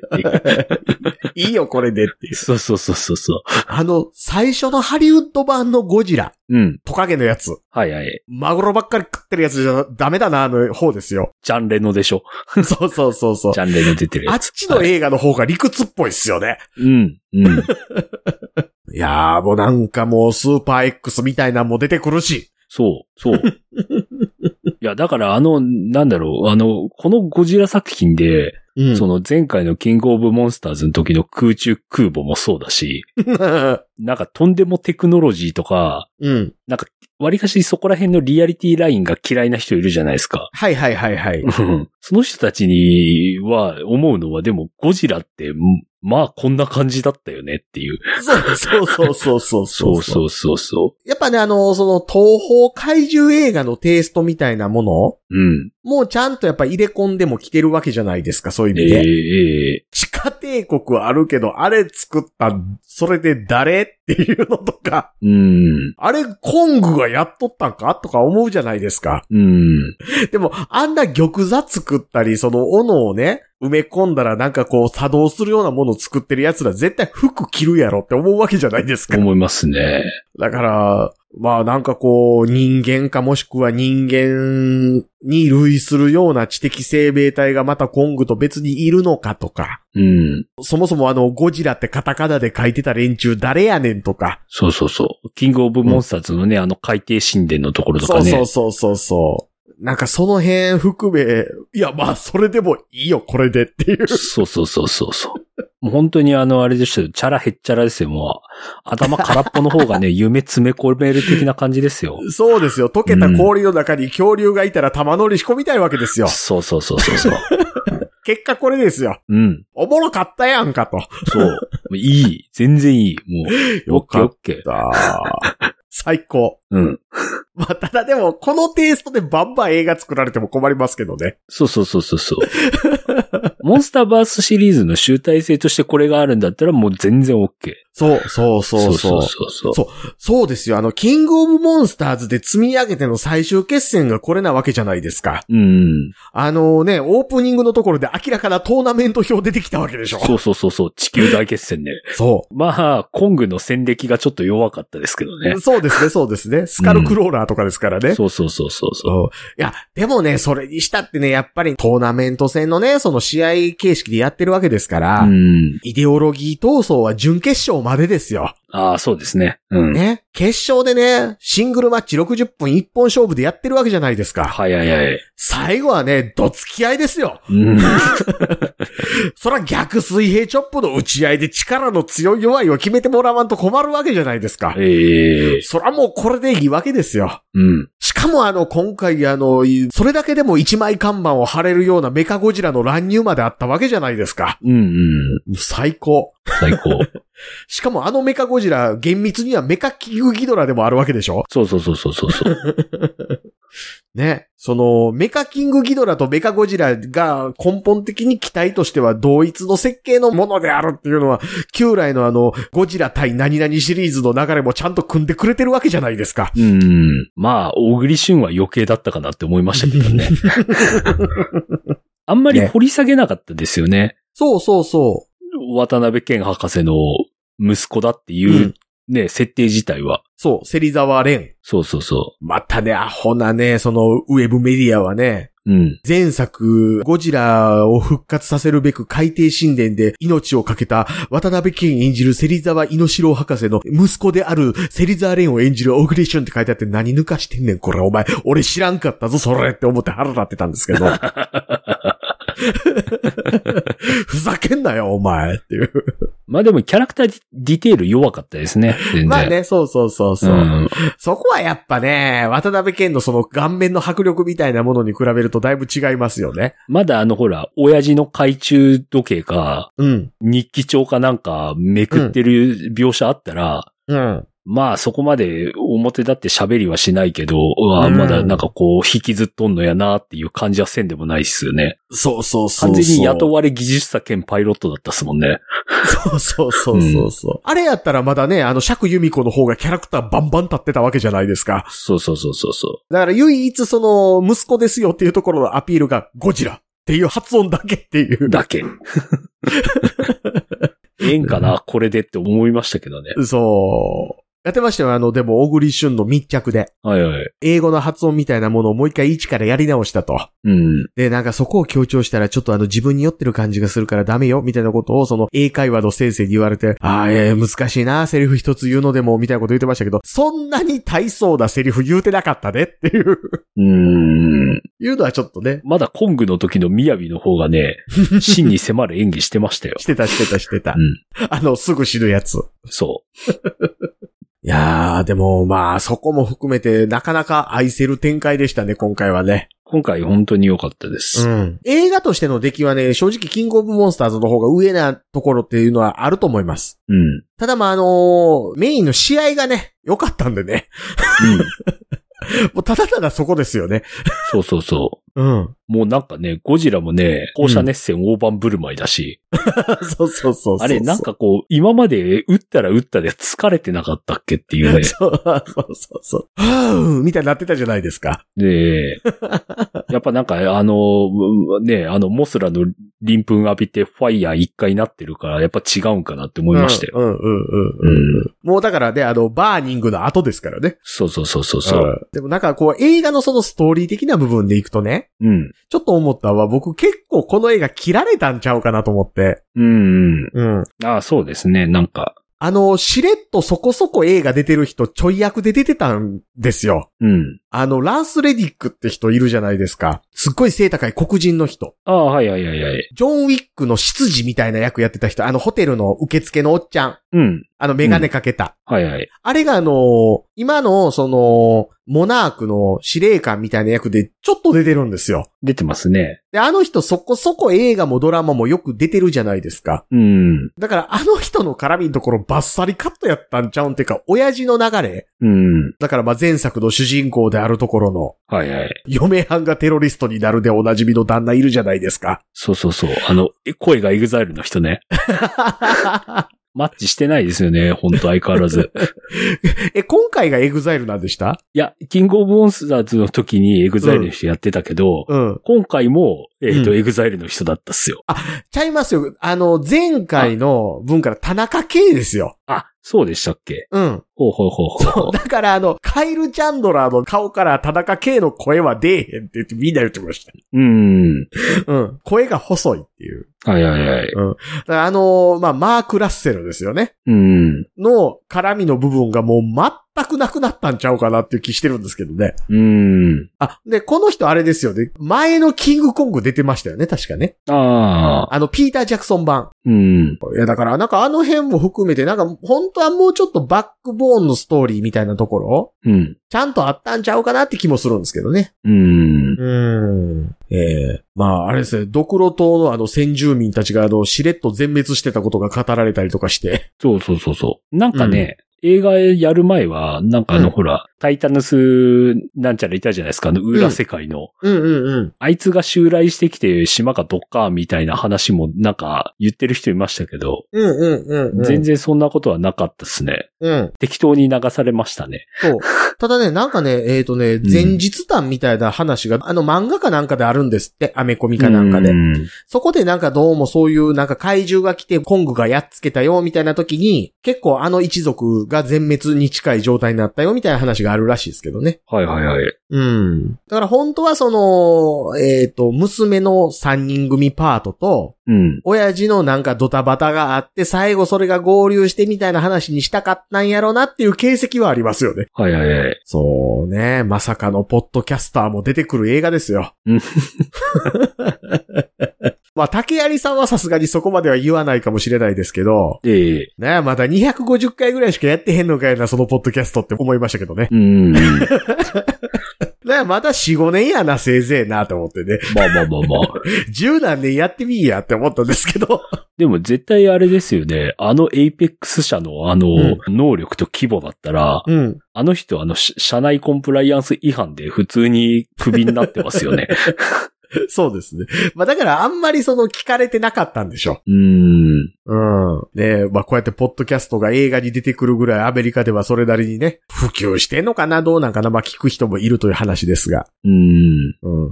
Speaker 3: いいよ、これでっていう。
Speaker 4: <laughs> そうそうそうそうそ
Speaker 3: あの、最初のハリウッド版のゴジラ、
Speaker 4: う。うん。
Speaker 3: トカゲのやつ、
Speaker 4: はいはい。
Speaker 3: マグロばっかり食ってるやつじゃダメだな、あの方ですよ。 <laughs>
Speaker 4: ジャンレノでしょ。
Speaker 3: そうそうそうそう
Speaker 4: ジ。ャンレノ出てる
Speaker 3: あ
Speaker 4: や
Speaker 3: っ
Speaker 4: つ。
Speaker 3: ちの映画の方が理屈っぽいっすよね。
Speaker 4: うん。うん。
Speaker 3: いやー、もうなんかもうスーパー X みたいなんも出てくるし。
Speaker 4: そう、 <laughs> そう。いや、だからあの、なんだろう、あの、このゴジラ作品で、
Speaker 3: う
Speaker 4: その前回のキングオブモンスターズの時の空中空母もそうだし、なんかとんでもテクノロジーとか、
Speaker 3: うん。
Speaker 4: 割かしそこら辺のリアリティラインが嫌いな人いるじゃないですか。
Speaker 3: はいはいはいはい。
Speaker 4: うんその人たちには思うのはでもゴジラって、まあこんな感じだったよねっていう。
Speaker 3: そうそうそうそうそう
Speaker 4: そうそうそうそ
Speaker 3: やっぱね、あの、その東方怪獣映画のテイストみたいなもの
Speaker 4: う。うん。
Speaker 3: もうちゃんとやっぱ入れ込んでも来てるわけじゃないですか、そういう
Speaker 4: え
Speaker 3: 意味
Speaker 4: え
Speaker 3: で。
Speaker 4: ええ
Speaker 3: 地下帝国あるけど、あれ作った、それで誰っていうのとか、
Speaker 4: うん。
Speaker 3: あれコングがやっとったんかとか思うじゃないですか。
Speaker 4: うん。
Speaker 3: でも、あんな玉座作ったり、その斧をね、埋め込んだらなんかこう作動するようなものを作ってる奴ら絶対服着るやろって思うわけじゃないですか。
Speaker 4: 思いますね。
Speaker 3: だから、まあなんかこう、人間かもしくは人間に類するような知的生命体がまたコングと別にいるのかとか、
Speaker 4: うん。
Speaker 3: そもそもあの、ゴジラってカタカナで書いてた連中誰やねんとか、
Speaker 4: そうそうそう。キングオブモンスターズのね、あの海底神殿のところとかね。
Speaker 3: そうそうそうそうそう。なんかその辺含め、いやまあそれでもいいよ、これでっていう。
Speaker 4: そうそうそうそうそう。もう本当にあの、あれでしたよ。チャラヘッチャラですよ。もう、頭空っぽの方がね、夢詰め込める的な感じですよ。
Speaker 3: そうですよ。溶けた氷の中に恐竜がいたら玉乗り仕込みたいわけですよ。
Speaker 4: そうそうそうそうそう。
Speaker 3: 結果これですよ。
Speaker 4: うん。
Speaker 3: おもろかったやんかと。
Speaker 4: そう。いい。全然いい。もう、オッケーオッケー。
Speaker 3: <laughs> 最高。
Speaker 4: うん。
Speaker 3: まあ、ただでも、このテイストでバンバン映画作られても困りますけどね。
Speaker 4: そうそうそうそうそう。モンスターバースシリーズの集大成としてこれがあるんだったらもう全然オッケー。
Speaker 3: そう、そうそうそう。そう
Speaker 4: そうそうそう。
Speaker 3: ですよ。あの、キングオブモンスターズで積み上げての最終決戦がこれなわけじゃないですか。
Speaker 4: うん。
Speaker 3: あのね、オープニングのところで明らかなトーナメント表出てきたわけでしょ。
Speaker 4: そうそうそうそう。地球大決戦ね。
Speaker 3: そ
Speaker 4: まあ、コングの戦歴がちょっと弱かったですけどね
Speaker 3: う。。そうですね、そうですね。スカルクローラーとかですからね。
Speaker 4: そうそうそうそうそう。
Speaker 3: そう。いや、でもね、それにしたってね、やっぱりトーナメント戦のね、その試合形式でやってるわけですから、
Speaker 4: うん。
Speaker 3: イデオロギー闘争は準決勝までですよ。
Speaker 4: ああ、そうですね。うん。
Speaker 3: ね。決勝でね、シングルマッチ60分1本勝負でやってるわけじゃないですか。
Speaker 4: はいはいはい。
Speaker 3: 最後はね、どつき合いですよ。
Speaker 4: うん。
Speaker 3: そら逆水平チョップの打ち合いで力の強い弱いを決めてもらわんと困るわけじゃないですか。
Speaker 4: ええ
Speaker 3: そらもうこれでいいわけですよ。
Speaker 4: うん。
Speaker 3: しかもあの、今回あの、いそれだけでも一枚看板を貼れるようなメカゴジラの乱入まであったわけじゃないですか。
Speaker 4: うんうん。
Speaker 3: 最高。
Speaker 4: 最高。
Speaker 3: しかもあのメカゴジラ、厳密にはメカキングギドラでもあるわけでしょ
Speaker 4: <laughs> そうそうそうそうそうそう。
Speaker 3: ね。その、メカキングギドラとメカゴジラが根本的に機体としては同一の設計のものであるっていうのは、旧来のあの、ゴジラ対何々シリーズの流れもちゃんと組んでくれてるわけじゃないですか。
Speaker 4: うんうん。まあ、大栗旬は余計だったかなって思いましたけど <laughs> ね。あんまり掘り下げなかったですよね。
Speaker 3: そうそうそ
Speaker 4: 渡辺健博士の息子だっていうう、ね、設定自体は
Speaker 3: う。。そう、芹沢蓮。
Speaker 4: そうそうそ
Speaker 3: またね、アホなね、その、ウェブメディアはね、
Speaker 4: う。うん。
Speaker 3: 前作、ゴジラを復活させるべく海底神殿で命を懸けた渡辺謙演じる芹沢猪郎博士の息子である芹沢蓮を演じるオグリションって書いてあって何抜かしてんねん、これお前。俺知らんかったぞ、それって思って腹立ってたんですけ
Speaker 4: <laughs>
Speaker 3: ど。ふざけんなよ、お前っていう。
Speaker 4: まあでもキャラクターディテール弱かったですね。全然。
Speaker 3: まあね、そうそうそう
Speaker 4: う
Speaker 3: そう。
Speaker 4: ん。
Speaker 3: そこはやっぱね、渡辺謙のその顔面の迫力みたいなものに比べるとだいぶ違いますよね。
Speaker 4: まだあのほら、親父の懐中時計か、
Speaker 3: うん。
Speaker 4: 日記帳かなんかめくってる描写あったら、
Speaker 3: うん。
Speaker 4: まあそこまで表立って喋りはしないけど、うわ、
Speaker 3: うん
Speaker 4: まだなんかこう引きずっとんのやなっていう感じはせんでもないっすよね。
Speaker 3: そうそうそうそう。
Speaker 4: 完全に雇われ技術者兼パイロットだったっすもんね。
Speaker 3: そうそうそうそうそう、あれやったらまだね、あの、釈由美子の方がキャラクターバンバン立ってたわけじゃないですか。
Speaker 4: そうそうそうそうそう。
Speaker 3: だから唯一その、息子ですよっていうところのアピールが、ゴジラっていう発音だけっていう。
Speaker 4: だけ。 <laughs> ええんかな、これでって思いましたけどね。
Speaker 3: そう。やってましたよ、あの、でも、小栗旬の密着で。
Speaker 4: はいはい。
Speaker 3: 英語の発音みたいなものをもう一回一からやり直したと。
Speaker 4: うん。
Speaker 3: で、なんかそこを強調したらちょっとあの自分に酔ってる感じがするからダメよ、みたいなことをその英会話の先生に言われて、ああ、えー難しいな、セリフ一つ言うのでも、みたいなこと言ってましたけど、そんなに大層なセリフ言うてなかったねっていう、
Speaker 4: うん。
Speaker 3: いうのはちょっとね、
Speaker 4: まだコングの時の雅の方がね、真に迫る演技してましたよ
Speaker 3: し。てたしてたしてた
Speaker 4: う。ん。
Speaker 3: あの、すぐ死ぬやつ。
Speaker 4: そ
Speaker 3: いやー、でもまあ、そこも含めてなかなか愛せる展開でしたね、今回はね。
Speaker 4: う。今回本当に良かったです。
Speaker 3: ん。映画としての出来はね、正直キングオブモンスターズの方が上なところっていうのはあると思います。
Speaker 4: うん。うん。
Speaker 3: ただまあ、あのメインの試合がね、良かったんでね。 <laughs> もうただただそこですよね。
Speaker 4: そうそうそ
Speaker 3: うん。 <laughs>
Speaker 4: う。もうなんかね、ゴジラもね、放射熱線大盤振る舞いだし、
Speaker 3: そうそうそうそう。
Speaker 4: あれなんかこう、今まで撃ったら撃ったで疲れてなかったっけっていうね。
Speaker 3: そうそうそうそう。 <laughs> はぁ、みたいになってたじゃないですか。 <laughs>
Speaker 4: で、やっぱなんか、あの、うね、あの、モスラの鱗粉浴びてファイヤー一回なってるから、やっぱ違うんかなって思いましたよ。
Speaker 3: うんうんうん
Speaker 4: う
Speaker 3: うん。
Speaker 4: ん。
Speaker 3: もうだからね、あの、バーニングの後ですからね。
Speaker 4: そうそうそうそうそう。
Speaker 3: んでもなんかこう、映画のそのストーリー的な部分でいくとね、
Speaker 4: うん。
Speaker 3: ちょっと思ったのは、僕結構この映画切られたんちゃうかなと思って。
Speaker 4: うん、う
Speaker 3: うん。
Speaker 4: ん。ああ、そうですね、なんか。
Speaker 3: あの、しれっとそこそこ映画出てる人、ちょい役で出てたんですよ。
Speaker 4: うん。
Speaker 3: あの、ランス・レディックって人いるじゃないですか。すっごい背高い黒人の人。
Speaker 4: ああ、はいはいはいはい。
Speaker 3: ジョン・ウィックの執事みたいな役やってた人。あの、ホテルの受付のおっちゃん。
Speaker 4: うん。
Speaker 3: あの、メガネかけた。
Speaker 4: はいはい。
Speaker 3: あれがあのー今の、その、モナークの司令官みたいな役でちょっと出てるんですよ。
Speaker 4: 出てますね。
Speaker 3: で、あの人そこそこ映画もドラマもよく出てるじゃないですか。
Speaker 4: うん。
Speaker 3: だからあの人の絡みのところバッサリカットやったんちゃうんっていうか、親父の流れ。
Speaker 4: うん。
Speaker 3: だからまあ前作の主人公であるところの、
Speaker 4: はいはい。
Speaker 3: 嫁はんがテロリストになるでおなじみの旦那いるじゃないですか。
Speaker 4: そうそうそう。あの、え声がエグザイルの
Speaker 3: <laughs>
Speaker 4: 人ね。マッチしてないですよね、ほんと相変わ
Speaker 3: <laughs>
Speaker 4: らず。
Speaker 3: え、今回がエグザイルなんでした
Speaker 4: いや、キングオブモンスターズの時にエグザイルの人やってたけど、
Speaker 3: うん。
Speaker 4: 今回も、えっ、と、
Speaker 3: うん
Speaker 4: エグザイルの人だったっすよ。
Speaker 3: ちゃいますよ。あの、前回の分から田中圭ですよ。
Speaker 4: あ、そうでしたっけ
Speaker 3: うん。
Speaker 4: ほうほうほうほう。
Speaker 3: だからあの、カイル・チャンドラーの顔から田中圭の声は出えへんって言ってみんな言ってました。
Speaker 4: うん。
Speaker 3: うん。声が細いっていう。
Speaker 4: はいはいはい。
Speaker 3: だからあのーまあ、マーク・ラッセルですよね。
Speaker 4: うん。
Speaker 3: の絡みの部分がもう全くなくなったんちゃうかなっていう気してるんですけどね。
Speaker 4: うん。
Speaker 3: あ、で、この人あれですよね。前のキングコング出てましたよね、確かね。
Speaker 4: あ
Speaker 3: <laughs>
Speaker 4: あ。
Speaker 3: あの、ピーター・ジャクソン版。
Speaker 4: うん。
Speaker 3: いや、だから、なんかあの辺も含めて、なんか、本当はもうちょっとバックボーンのストーリーみたいなところ
Speaker 4: うん。
Speaker 3: ちゃんとあったんちゃうかなって気もするんですけどね。
Speaker 4: うん。
Speaker 3: うん。ええまあ、あれですね、ドクロ島のあの先住民たちがあの、しれっと全滅してたことが語られたりとかして。
Speaker 4: そうそうそうそう。なんかね、映画やる前は、なんかあの、
Speaker 3: うん
Speaker 4: ほら、タイタヌスなんちゃらいたじゃないですか、あの、裏世界の。
Speaker 3: うんうんうん。
Speaker 4: あいつが襲来してきて島がどっかみたいな話もなんか言ってる人いましたけど、
Speaker 3: うんうんうん、
Speaker 4: 全。然そんなことはなかったっすね。
Speaker 3: うん。
Speaker 4: 適当に流されましたね。
Speaker 3: <laughs> そう。ただね、なんかね、えっ、とね、前日談みたいな話が、あの漫画かなんかであるんですって、アメコミかなんかで。
Speaker 4: うん
Speaker 3: そこでなんかどうもそういうなんか怪獣が来てコングがやっつけたよみたいな時に、結構あの一族が全滅に近い状態になったよみたいな話があるらしいですけどね。
Speaker 4: はいはいはい。
Speaker 3: うん。だから本当はその、えっ、と、娘の三人組パートと、
Speaker 4: うん。
Speaker 3: 親父のなんかドタバタがあって、最後それが合流してみたいな話にしたかったんやろなっていう形跡はありますよね。
Speaker 4: はいはいはい。
Speaker 3: そうね。まさかのポッドキャスターも出てくる映画ですよ
Speaker 4: うん。
Speaker 3: <laughs> まあ、竹槍さんはさすがにそこまでは言わないかもしれないですけど、
Speaker 4: ええ
Speaker 3: ねまだ250回ぐらいしかやってへんのかいな、そのポッドキャストって思いましたけどね。
Speaker 4: うん。
Speaker 3: <laughs>
Speaker 4: ま
Speaker 3: ねまだ4、5年やな、せいぜいな、と思ってね。
Speaker 4: あまあまあまあ。
Speaker 3: 10何年やってみいやって思ったんですけど。
Speaker 4: でも絶対あれですよね。あのエイペックス社のあの、
Speaker 3: ん
Speaker 4: 能力と規模だったら、
Speaker 3: うん。
Speaker 4: あの人あの、し社内コンプライアンス違反で普通にクビになってますよね。
Speaker 3: <laughs> そうですね。まあ、だからあんまりその聞かれてなかったんでしょ。
Speaker 4: うん。
Speaker 3: うん。ねえ、まあ、こうやってポッドキャストが映画に出てくるぐらいアメリカではそれなりにね、普及してんのかなどうなんかなまあ、聞く人もいるという話ですが。
Speaker 4: うん。
Speaker 3: う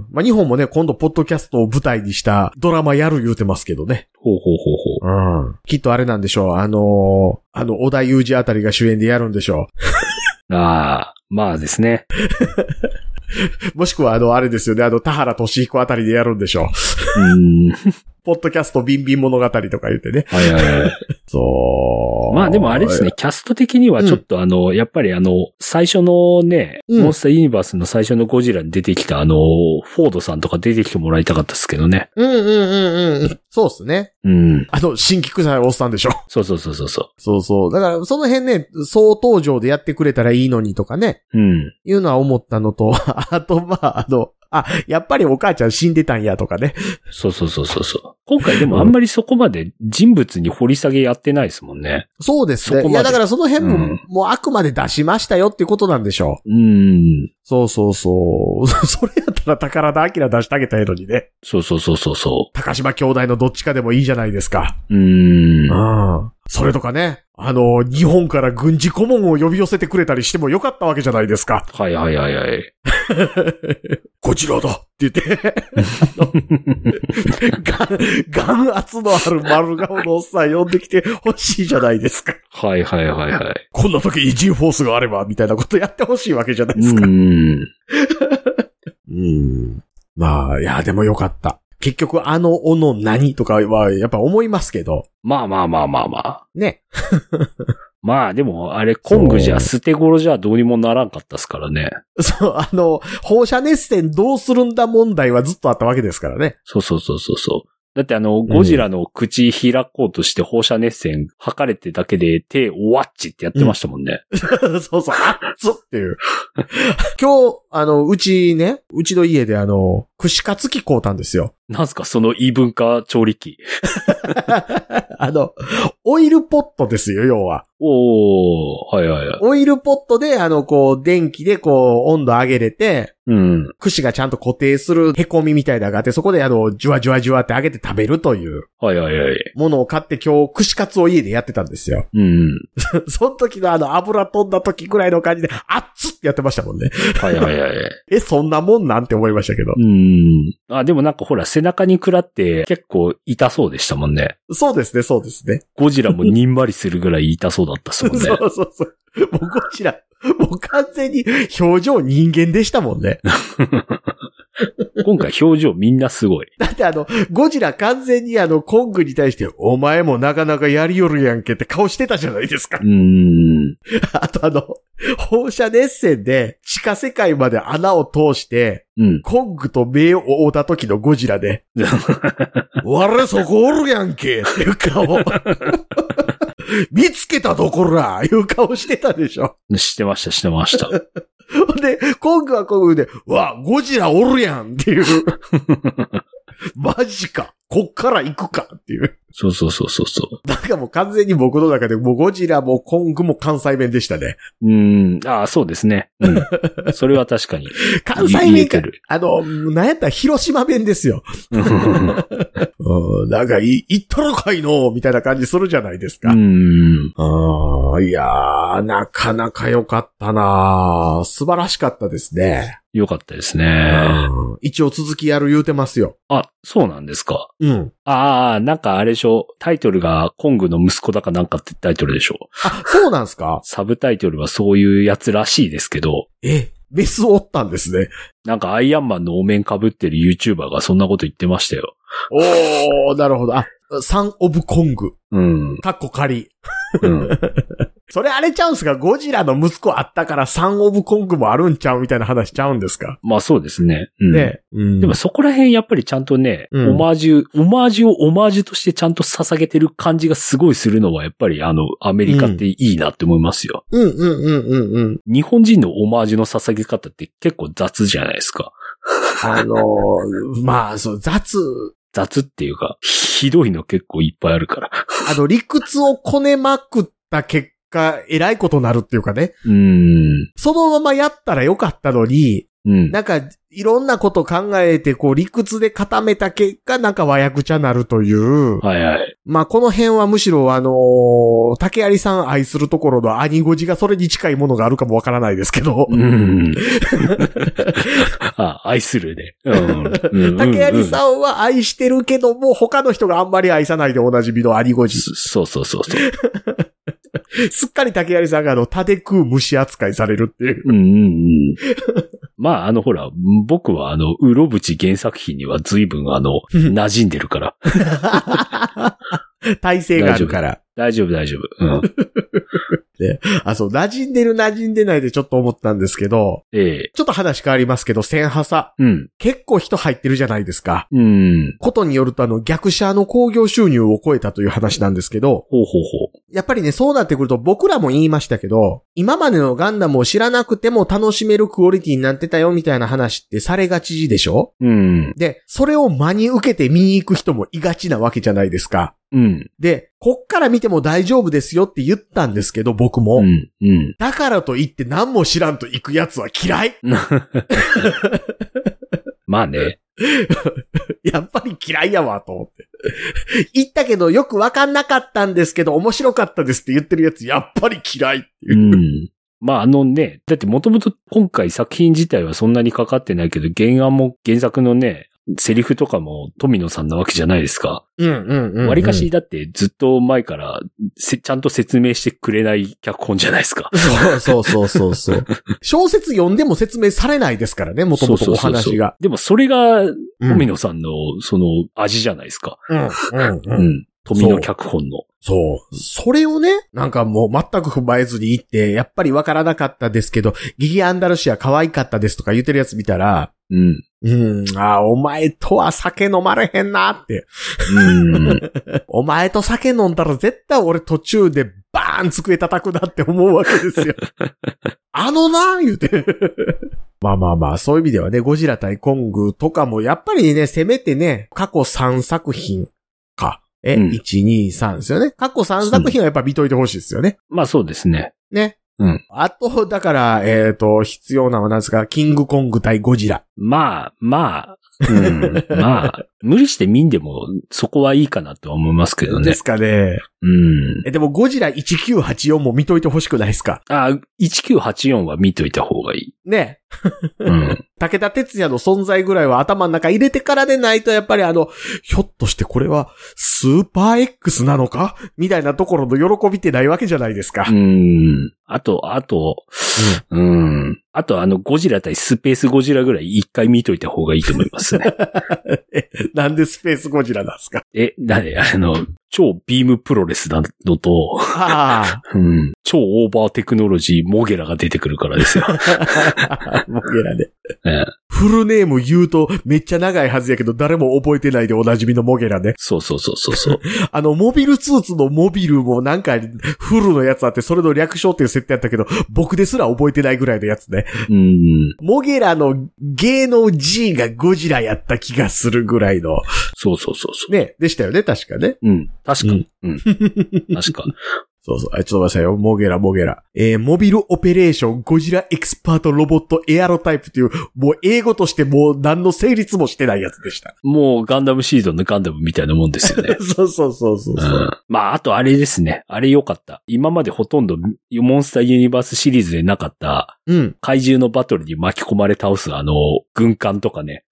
Speaker 3: ん。まあ、日本もね、今度ポッドキャストを舞台にしたドラマやる言うてますけどね。
Speaker 4: ほうほうほうほう。
Speaker 3: うん。きっとあれなんでしょう。あのーあの、小田裕二あたりが主演でやるんでしょ
Speaker 4: ああ、まあですね。
Speaker 3: う。もしくはあの、あれですよね、あの、田原俊彦あたりでやるんでしょう。
Speaker 4: うん。
Speaker 3: ポッドキャストビンビン物語とか言ってね。
Speaker 4: はいはいはい。
Speaker 3: そう。
Speaker 4: まあでもあれですね、キャスト的にはちょっとあの、やっぱりあの、最初のね、
Speaker 3: うん
Speaker 4: モンスターユニバースの最初のゴジラに出てきたあの、フォードさんとか出てきてもらいたかったですけどね。
Speaker 3: うんうんうんうん。そうっすね。
Speaker 4: うん。
Speaker 3: あの、新規臭いおっさんでしょ。
Speaker 4: そうそうそうそうそ
Speaker 3: そうそう。だから、その辺ね、総登場でやってくれたらいいのにとかね、
Speaker 4: う。うん。
Speaker 3: いうのは思ったのと、 <laughs> あと、まあ、あの、あ、やっぱりお母ちゃん死んでたんやとかね。
Speaker 4: そうそうそうそうそう。今回でもあんまりそこまで人物に掘り下げやってないですもんね。
Speaker 3: そうです
Speaker 4: そこ
Speaker 3: ね。
Speaker 4: まで
Speaker 3: いや、だからその辺も、
Speaker 4: うん
Speaker 3: もうあくまで出しましたよっていうことなんでしょう。
Speaker 4: うん。
Speaker 3: そうそうそう。 <laughs> それやったら宝田明出してあげたいのにね。
Speaker 4: そうそうそうそうそ
Speaker 3: 高島兄弟のどっちかでもいいじゃないですか。
Speaker 4: う。うん。
Speaker 3: うん。それとかね、あの、日本から軍事顧問を呼び寄せてくれたりしてもよかったわけじゃないですか。
Speaker 4: はいはいはいはい。 <laughs>
Speaker 3: こちらだって言って、ガン、ガン圧のある丸顔のおっさん呼んできてほしいじゃないですか。
Speaker 4: はいはいはいはい。
Speaker 3: <laughs> こんな時に G フォースがあれば、みたいなことやってほしいわけじゃないですか。
Speaker 4: うん。
Speaker 3: うん。まあ、いや、でもよかった。結局、あの、おの何とかは、やっぱ思いますけど、
Speaker 4: まあまあまあまあまあ。
Speaker 3: ね。 <laughs>
Speaker 4: まあでも、あれ、コングじゃ、捨て頃じゃどうにもならんかったっすからね。
Speaker 3: そう、あの、放射熱線どうするんだ問題はずっとあったわけですからね。 <laughs>
Speaker 4: そうそうそうそうそう。だってあの、ゴジラの口開こうとして放射熱線吐かれてだけで手をワッチってやってましたもんね。
Speaker 3: そうそう、あっつっていう。 <laughs> 今日、あの、うちね、うちの家であの、串カツ機買うたんですよ。 <laughs>
Speaker 4: なんすか、その異文化調理器。
Speaker 3: あの、オイルポットですよ、要は。
Speaker 4: おー、はいはいはい。
Speaker 3: オイルポットで、あの、こう、電気で、こう、温度上げれて、
Speaker 4: うん。
Speaker 3: 串がちゃんと固定する凹みみたいなのがあって、そこで、あの、じゅわじゅわじゅわって上げて食べるという
Speaker 4: はいはいはい。
Speaker 3: ものを買って、今日、串カツを家でやってたんですよ。 <laughs>
Speaker 4: うん。
Speaker 3: その時のあの、油飛んだ時ぐらいの感じで、あっつってやってましたもんね。 <laughs>
Speaker 4: はいはいはい。 <laughs>
Speaker 3: え、そんなもんなんて思いましたけど
Speaker 4: う。ん。あ、でもなんかほら、背中に食らって結構痛そうでしたもんね。
Speaker 3: そうですね、そうですね。
Speaker 4: ゴジラもにんまりするぐらい痛 <laughs> そうだったっすもんね。
Speaker 3: <laughs> そうそうそう。もうこちら、もう完全に表情人間でしたもんね。
Speaker 4: 今回表情みんなすごい。
Speaker 3: だってあの、ゴジラ完全にあの、コングに対して、お前もなかなかやりよるやんけって顔してたじゃないですか
Speaker 4: う。ーん。
Speaker 3: あとあの、放射熱線で地下世界まで穴を通して、
Speaker 4: うん。
Speaker 3: コングと目を覆った時のゴジラで、我そこおるやんけっていう顔。 <laughs> 見つけたとこらいう顔してたでしょ。
Speaker 4: してました、してました。
Speaker 3: ほんで、コングはコングで、わ、ゴジラおるやんっていう。マジか。こっから行くかっていう。
Speaker 4: <laughs> そうそうそうそうそ
Speaker 3: なんかもう完全に僕の中で、もうゴジラもコングも関西弁でしたね。
Speaker 4: う。うーん。ああ、そうですね。うん。それは確かに。
Speaker 3: 関西弁
Speaker 4: 言え
Speaker 3: か
Speaker 4: て <laughs> る。
Speaker 3: あの、なんやったら広島弁ですよ。
Speaker 4: う
Speaker 3: うん、なんかい、行ったろかいのみたいな感じするじゃないですか。
Speaker 4: ん。
Speaker 3: ああ、いやー、なかなか良かったなー素晴らしかったですね、
Speaker 4: よかったですね。
Speaker 3: うん一応続きやる言うてますよ。
Speaker 4: あ、そうなんですか。
Speaker 3: うん。
Speaker 4: ああ、なんかあれでしょ。タイトルがコングの息子だかなんかってタイトルでしょ。
Speaker 3: あ、そうなんすか
Speaker 4: サブタイトルはそういうやつらしいですけど、
Speaker 3: え、メスおったんですね。
Speaker 4: なんかアイアンマンのお面被ってる YouTuber がそんなこと言ってましたよ。
Speaker 3: おー、なるほど。あ、サン・オブ・コング。
Speaker 4: うん。
Speaker 3: カッコ仮。 <laughs>
Speaker 4: うん。
Speaker 3: それあれちゃうんすかゴジラの息子あったからサン・オブ・コングもあるんちゃうみたいな話ちゃうんですか、
Speaker 4: まあそうですね。うん、
Speaker 3: ね。うん
Speaker 4: でもそこら辺やっぱりちゃんとね、
Speaker 3: うん
Speaker 4: オマージュ、オマージュをオマージュとしてちゃんと捧げてる感じがすごいするのはやっぱりあの、アメリカっていいなって思いますよ。
Speaker 3: うんうんうんうんうん。
Speaker 4: 日本人のオマージュの捧げ方って結構雑じゃないですか。
Speaker 3: あのー、まあ、そう、雑、
Speaker 4: 雑っていうか、ひどいの結構いっぱいあるから。
Speaker 3: あの、理屈をこねまくった結果、えらいことなるっていうかね。
Speaker 4: うーん。
Speaker 3: そのままやったらよかったのに、
Speaker 4: うん。
Speaker 3: なんか、いろんなこと考えて、こう、理屈で固めた結果、なんか和訳ちゃなるという。
Speaker 4: はいはい。
Speaker 3: まあ、この辺はむしろ、あのー竹有さん愛するところの兄ゴジがそれに近いものがあるかもわからないですけど。
Speaker 4: うん。 <laughs> あ、愛するね。うん。うん
Speaker 3: 竹有
Speaker 4: うん
Speaker 3: さんは愛してるけども、他の人があんまり愛さないでおなじみの兄ゴジ。
Speaker 4: そそうそうそうそう。
Speaker 3: すっかり竹有さんがあの、縦食う虫扱いされるって
Speaker 4: <laughs>
Speaker 3: いう。
Speaker 4: うんうんうん。まあ、あの、ほら、僕は、あの、うろぶち原作品には随分、あの、馴染んでるから。
Speaker 3: 体勢があるから。
Speaker 4: 大丈夫、大丈夫。うん。 <laughs>
Speaker 3: あ、そう、馴染んでる馴染んでないでちょっと思ったんですけど、
Speaker 4: ええ
Speaker 3: ちょっと話変わりますけど、千波さ、
Speaker 4: うん。
Speaker 3: 結構人入ってるじゃないですか。
Speaker 4: うん。
Speaker 3: ことによるとあの、逆者の興行収入を超えたという話なんですけど、
Speaker 4: ほうほうほ
Speaker 3: やっぱりね、そうなってくると僕らも言いましたけど、今までのガンダムを知らなくても楽しめるクオリティになってたよみたいな話ってされがちでしょ
Speaker 4: う。うん。
Speaker 3: で、それを真に受けて見に行く人もいがちなわけじゃないですか。
Speaker 4: うん。
Speaker 3: で、こっから見ても大丈夫ですよって言ったんですけど、僕も。
Speaker 4: うん。 <laughs> うん。
Speaker 3: だからと言って何も知らんと行くやつは嫌い <laughs>
Speaker 4: まあね。
Speaker 3: やっぱり嫌いやわ、と思って。 <laughs> 言ったけどよくわかんなかったんですけど面白かったですって言ってるやつやっぱり嫌いっていうう。
Speaker 4: ん。まあ、あのね、だってもともと今回作品自体はそんなにかかってないけど、原案も原作のね、セリフとかも富野さんなわけじゃないですか。
Speaker 3: うんうんうん、
Speaker 4: わりかし。だってずっと前からせちゃんと説明してくれない脚本じゃないですか。
Speaker 3: そうそうそうそうそう。小説読んでも説明されないですからね、もともとお
Speaker 4: そうそうそ
Speaker 3: 話
Speaker 4: うそう
Speaker 3: が。。
Speaker 4: でもそれが
Speaker 3: うん
Speaker 4: 富野さんのその味じゃないですか。
Speaker 3: うんうん
Speaker 4: う
Speaker 3: うん。
Speaker 4: ん。富野脚本の。
Speaker 3: そう。それをね、なんかもう全く踏まえずに行って、やっぱりわからなかったですけど、ギギアンダルシア可愛かったですとか言ってるやつ見たら、
Speaker 4: うん。
Speaker 3: うん、あーお前とは酒飲まれへんなって。
Speaker 4: うん。 <laughs>
Speaker 3: お前と酒飲んだら絶対俺途中でバーン机叩くなって思うわけです
Speaker 4: <laughs>
Speaker 3: よ。あのな言うて。まあまあまあ、そういう意味ではね、ゴジラ対コングとかも、やっぱりね、せめてね、過去3作品か。え、
Speaker 4: うん
Speaker 3: 1、2、3ですよね。過去3作品はやっぱ見といてほしいですよね。
Speaker 4: まあそうですね。
Speaker 3: ね。
Speaker 4: うん。
Speaker 3: あと、だから、えっ、と、必要なのは何ですか、キングコング対ゴジラ。
Speaker 4: まあ、まあ、うん、まあ、無理して見んでもそこはいいかなとは思いますけど
Speaker 3: で
Speaker 4: ね。
Speaker 3: すかね。
Speaker 4: うん。
Speaker 3: え、でもゴジラ1984も見といてほしくないですか
Speaker 4: あ、1984は見といた方がいい。
Speaker 3: ね。
Speaker 4: うん。
Speaker 3: 武田鉄矢の存在ぐらいは頭の中入れてからでないと、やっぱりあの、ひょっとしてこれはスーパー X なのかみたいなところの喜びってないわけじゃないですか
Speaker 4: う。ん。あと、あと、うん。あとあの、ゴジラ対スペースゴジラぐらい一回見といた方がいいと思います <laughs> ね。
Speaker 3: なんでスペースゴジラなんですか
Speaker 4: え、だね、あの、超ビームプロレスなのと、
Speaker 3: は
Speaker 4: うん、超オーバーテクノロジーモゲラが出てくるからですよ。 <laughs>
Speaker 3: <laughs> あ。モゲラで。
Speaker 4: え
Speaker 3: フルネーム言うとめっちゃ長いはずやけど誰も覚えてないでおなじみのモゲラね。
Speaker 4: そうそうそうそう <laughs> そう。
Speaker 3: あの、モビルスーツのモビルもなんかフルのやつあってそれの略称っていう設定あったけど僕ですら覚えてないぐらいのやつね。
Speaker 4: うん、
Speaker 3: モゲラの芸能 G がゴジラやった気がするぐらいの。
Speaker 4: そうそうそうそう。
Speaker 3: ね、でしたよね、確かね。
Speaker 4: うん、確か、うん、確か。
Speaker 3: そうそう。あちょっと待ってくださいよ。モゲラ、モゲラ。えー、モビルオペレーション、ゴジラエクスパートロボットエアロタイプという、もう英語としてもう何の成立もしてないやつでした。。
Speaker 4: もうガンダムシードンのガンダムみたいなもんですよね
Speaker 3: <laughs> そうそうそうそう
Speaker 4: う、
Speaker 3: そうん
Speaker 4: まあ、あとあれですね。あれ良かった。今までほとんどモンスターユニバースシリーズでなかった
Speaker 3: うん。
Speaker 4: 怪獣のバトルに巻き込まれ倒すあの、軍艦とか
Speaker 3: <laughs>
Speaker 4: ね。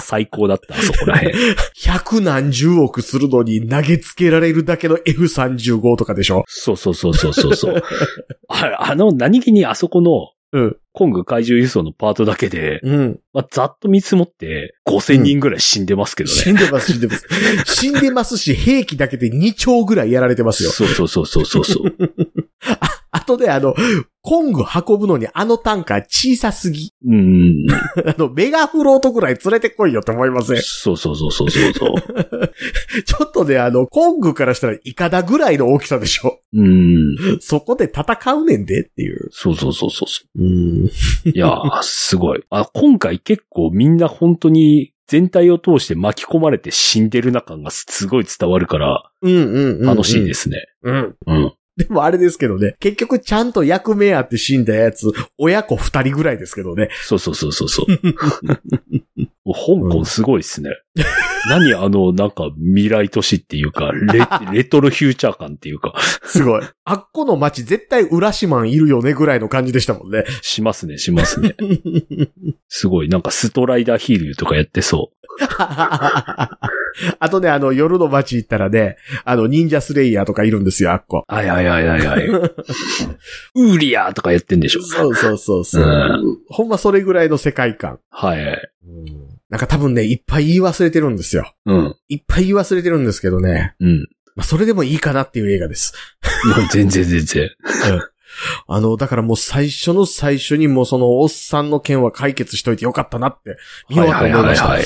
Speaker 4: 最高だった、あそこら辺。
Speaker 3: 百何十億するのに投げつけられるだけの F35 とかでしょ
Speaker 4: そうそうそうそうそうそう。あれ、あの、何気にあそこの、
Speaker 3: うん。
Speaker 4: コング怪獣輸送のパートだけで、
Speaker 3: うん。
Speaker 4: まあ、ざっと見積もって、5000人ぐらい死んでますけどね。
Speaker 3: 死んでます、死んでます。 <laughs> 死んでますし、兵器だけで2兆ぐらいやられてますよ。
Speaker 4: そうそうそうそうそ
Speaker 3: <laughs>
Speaker 4: うそう。
Speaker 3: あとで、あの、コング運ぶのにあのタンカー小さすぎ。
Speaker 4: うん。
Speaker 3: あの、メガフロートぐらい連れてこいよって思いません。
Speaker 4: そうそうそうそうそうそう。
Speaker 3: ちょっとね、あの、コングからしたらイカダぐらいの大きさで <laughs> しょ。
Speaker 4: うん。
Speaker 3: そこで戦うねんでっていう。
Speaker 4: そうそうそうそうそ
Speaker 3: うん。
Speaker 4: う。いやー、すごい。あ、今回結構みんな本当に全体を通して巻き込まれて死んでるな感がすごい伝わるから、
Speaker 3: うんうん。
Speaker 4: 楽しいですすね。
Speaker 3: うん。
Speaker 4: うん。
Speaker 3: でもあれですけどね、結局ちゃんと役目あって死んだやつ、親子二人ぐらいですけどね。
Speaker 4: そうそうそうそうそう。香港すご
Speaker 3: <laughs>
Speaker 4: いですね。何あの、なんか未来都市っていう
Speaker 3: <laughs>
Speaker 4: か、レレトロフューチャー感っていうか、
Speaker 3: す <laughs> ごい。あっこの街絶対浦島いるよねぐらいの感じでしたもん <laughs> ね。
Speaker 4: しますね、しますね。すごい、なんかストライダーヒールとかやってそ
Speaker 3: あとね、あの、夜の街行ったらね、あの、忍者スレイヤーとかいるんですよ、あっこ。
Speaker 4: う。はいはいはいは
Speaker 3: <laughs>
Speaker 4: いはい。ウーリアーとかやってんでしょ。
Speaker 3: そうそうそうそうう。ほんまそれぐらいの世界観。
Speaker 4: はいはい。
Speaker 3: なんか多分ね、いっぱい言い忘れてるんですよ。
Speaker 4: うん、
Speaker 3: いっぱい言い忘れてるんですけどね。
Speaker 4: うん。
Speaker 3: まあ、それでもいいかなっていう映画です。
Speaker 4: もう全然全然。
Speaker 3: あの、だからもう最初の最初にもうそのおっさんの件は解決しといてよかったなって、見ようと思いました。
Speaker 4: い。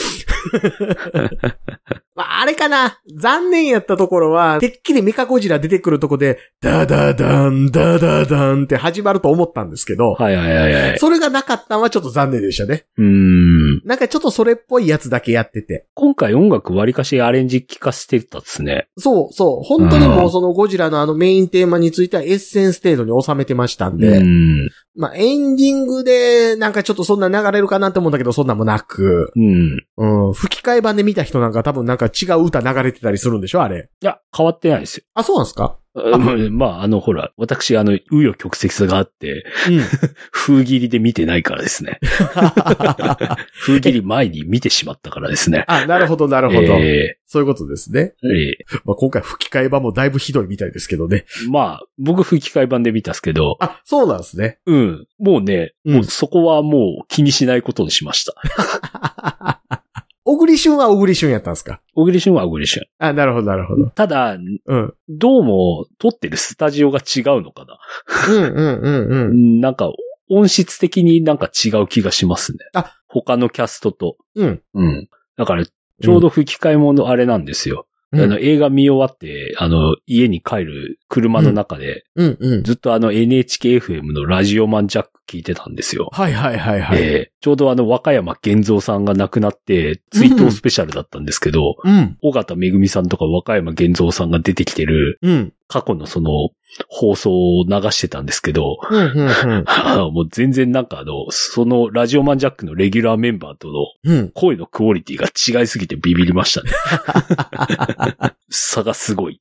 Speaker 3: まあ、あれかな残念やったところは、てっきりメカゴジラ出てくるとこで、ダダダン、ダダダンって始まると思ったんですけど、
Speaker 4: はいはいはいはい。
Speaker 3: それがなかったのはちょっと残念でしたね。
Speaker 4: うーん。
Speaker 3: なんかちょっとそれっぽいやつだけやってて。
Speaker 4: 今回音楽割かしアレンジ聞かせてたっすね。
Speaker 3: そうそう。本当にもうそのゴジラのあのメインテーマについてはエッセンス程度に収めてましたん
Speaker 4: う
Speaker 3: で。
Speaker 4: ん。
Speaker 3: まあエンディングでなんかちょっとそんな流れるかなって思うんだけど、そんなんもなく。
Speaker 4: うん。い
Speaker 3: うん。吹き替え版で見た人なんか多分なんか違う歌流れてたりするんでしょあれ。
Speaker 4: や、変わってないですよ。
Speaker 3: あ、そうなんですか
Speaker 4: うんまあ、あの、ほら、私、あの、紆余曲折があって、
Speaker 3: うん。
Speaker 4: <laughs> 風切りで見てないからです <laughs> ね。風切り前に見てしまったからですね。
Speaker 3: あ、なるほど、なるほど。
Speaker 4: え
Speaker 3: そういうことですね。
Speaker 4: ーえ
Speaker 3: まあ、今回吹き替え版もだいぶひどいみたいですけどね。
Speaker 4: ーまあ、僕吹き替え版で見たっすけど、
Speaker 3: あ、そうなんですね。
Speaker 4: うん。もうね、
Speaker 3: うん
Speaker 4: もうそこはもう気にしないことにしました。
Speaker 3: 小栗旬は小栗旬やったんですか
Speaker 4: 小栗旬は小栗旬。
Speaker 3: あ、なるほど、なるほど。
Speaker 4: ただ、
Speaker 3: うん。
Speaker 4: どうも、撮ってるスタジオが違うのかな
Speaker 3: うん、うん、うん、うん。
Speaker 4: なんか、音質的になんか違う気がしますね。
Speaker 3: あ
Speaker 4: 他のキャストと。
Speaker 3: うん。
Speaker 4: うん。だから、ちょうど吹き替えものあれなんですよ。
Speaker 3: うん
Speaker 4: あの、映画見終わって、あの、家に帰る車の中で、
Speaker 3: うん、うん。
Speaker 4: ずっとあの NHKFM のラジオマンジャック聞いてたんですよ。
Speaker 3: はい、はい、はい、はい。
Speaker 4: でちょうどあの、和歌山玄三さんが亡くなって、追悼スペシャルだったんですけど、
Speaker 3: うん、
Speaker 4: 尾形めぐみさんとか和歌山玄三さんが出てきてる、
Speaker 3: うん、
Speaker 4: 過去のその放送を流してたんですけど、 <laughs>
Speaker 3: うん、うん、
Speaker 4: あのもう全然なんかあの、そのラジオマンジャックのレギュラーメンバーとの
Speaker 3: うん。
Speaker 4: 声のクオリティが違いすぎてビビりましたね。 <laughs> 差がすごい。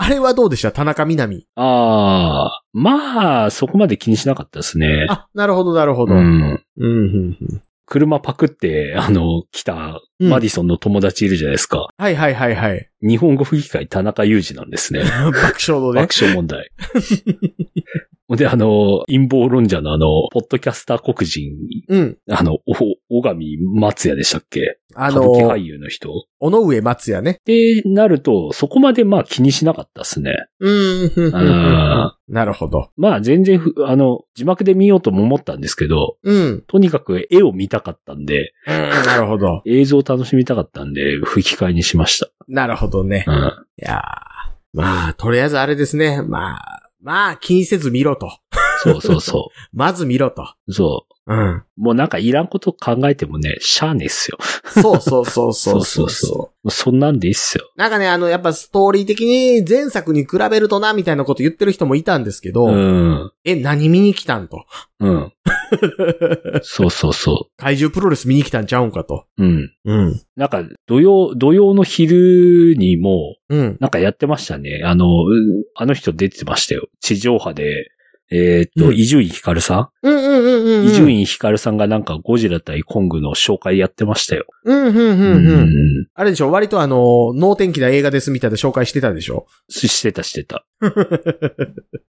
Speaker 3: あれはどうでした田中みなみ。
Speaker 4: ああ、まあ、そこまで気にしなかったですね。
Speaker 3: あ、なるほど、なるほど。
Speaker 4: う
Speaker 3: うん、
Speaker 4: ん。
Speaker 3: うん、うん。
Speaker 4: 車パクって、あの、来た、
Speaker 3: うん
Speaker 4: マディソンの友達いるじゃないですか。
Speaker 3: はい、はい、はい、はい。 <laughs>
Speaker 4: 日本語吹き替え田中裕二なんですね。
Speaker 3: 爆笑のね
Speaker 4: 爆。笑問題。ほん <laughs> で、あの、陰謀論者のあの、ポッドキャスター黒人、
Speaker 3: うん。
Speaker 4: あの、お、小上松也でしたっけ
Speaker 3: あ
Speaker 4: 歌
Speaker 3: の
Speaker 4: 舞伎俳優の人。
Speaker 3: 尾上松也ね。
Speaker 4: ってなると、そこまでまあ気にしなかったっすね。
Speaker 3: うん、うん、
Speaker 4: う
Speaker 3: うん。
Speaker 4: ん。
Speaker 3: なるほど。
Speaker 4: まあ全然ふ、あの、字幕で見ようとも思ったんですけど、
Speaker 3: うん。
Speaker 4: とにかく絵を見たかったんで、
Speaker 3: なるほど。
Speaker 4: 映像を楽しみたかったんで、吹き替えにしまし
Speaker 3: なるほどね。
Speaker 4: た。うん。
Speaker 3: いやーまあ、とりあえずあれですね。まあ、まあ、気にせず見ろと。
Speaker 4: そうそうそ
Speaker 3: まず見ろと。
Speaker 4: う。そ
Speaker 3: うん。
Speaker 4: う。もうなんかいらんこと考えてもね、しゃあねえっすよ。
Speaker 3: そうそうそうそうそ
Speaker 4: そううそうそもうそんなんでいいっすよ。
Speaker 3: なんかね、あの、やっぱストーリー的に前作に比べるとな、みたいなこと言ってる人もいたんですけど、
Speaker 4: うん。
Speaker 3: え、何見に来たんと。 <laughs>
Speaker 4: うん。そうそうそ
Speaker 3: 怪獣プロレス見に来たんちゃうんかと。
Speaker 4: う。うん。
Speaker 3: うん。
Speaker 4: なんか、土曜、土曜の昼にも、
Speaker 3: うん。
Speaker 4: なんかやってましたね。あの、うんあの人出てましたよ。地上波で、えーっ
Speaker 3: う
Speaker 4: と、
Speaker 3: ん
Speaker 4: 伊集院光さ
Speaker 3: うんうんうんうんん。
Speaker 4: 伊集。院光さんがなんかゴジラ対コングの紹介やってましたよ。
Speaker 3: うんうんう
Speaker 4: うん
Speaker 3: うん。あれでしょ割とあの、能天気な映画ですみたいな紹介してたでしょ
Speaker 4: ししてたしてた。 <laughs>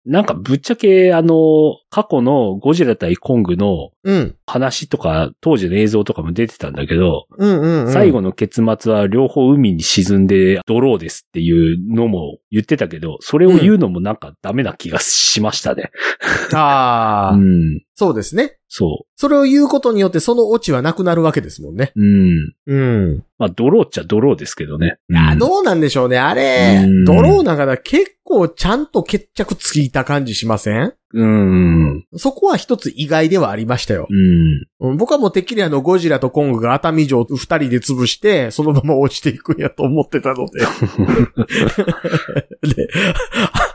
Speaker 4: なんかぶっちゃけ、あの、過去のゴジラ対コングの
Speaker 3: うん。
Speaker 4: 話とか、当時の映像とかも出てたんだけど、
Speaker 3: うんうん、うん。
Speaker 4: 最後の結末は両方海に沈んでドローですっていうのも言ってたけど、それを言うのもなんかダメな気がしましたね。
Speaker 3: ああ、
Speaker 4: うん。
Speaker 3: そうですね。
Speaker 4: そ
Speaker 3: それを言うことによってそのオチはなくなるわけですもんね。
Speaker 4: う。うん。
Speaker 3: うん。
Speaker 4: まあ、ドローっちゃドローですけどね。
Speaker 3: あ
Speaker 4: うん
Speaker 3: どうなんでしょうね。あれ
Speaker 4: う、ん
Speaker 3: ドローながら結構ちゃんと決着ついた感じしません
Speaker 4: うん。
Speaker 3: そこは一つ意外ではありましたよ
Speaker 4: う。ん。
Speaker 3: うん僕はもうてっきりあのゴジラとコングが熱海城を二人で潰して、そのまま落ちていくんやと思ってたので。 <laughs> で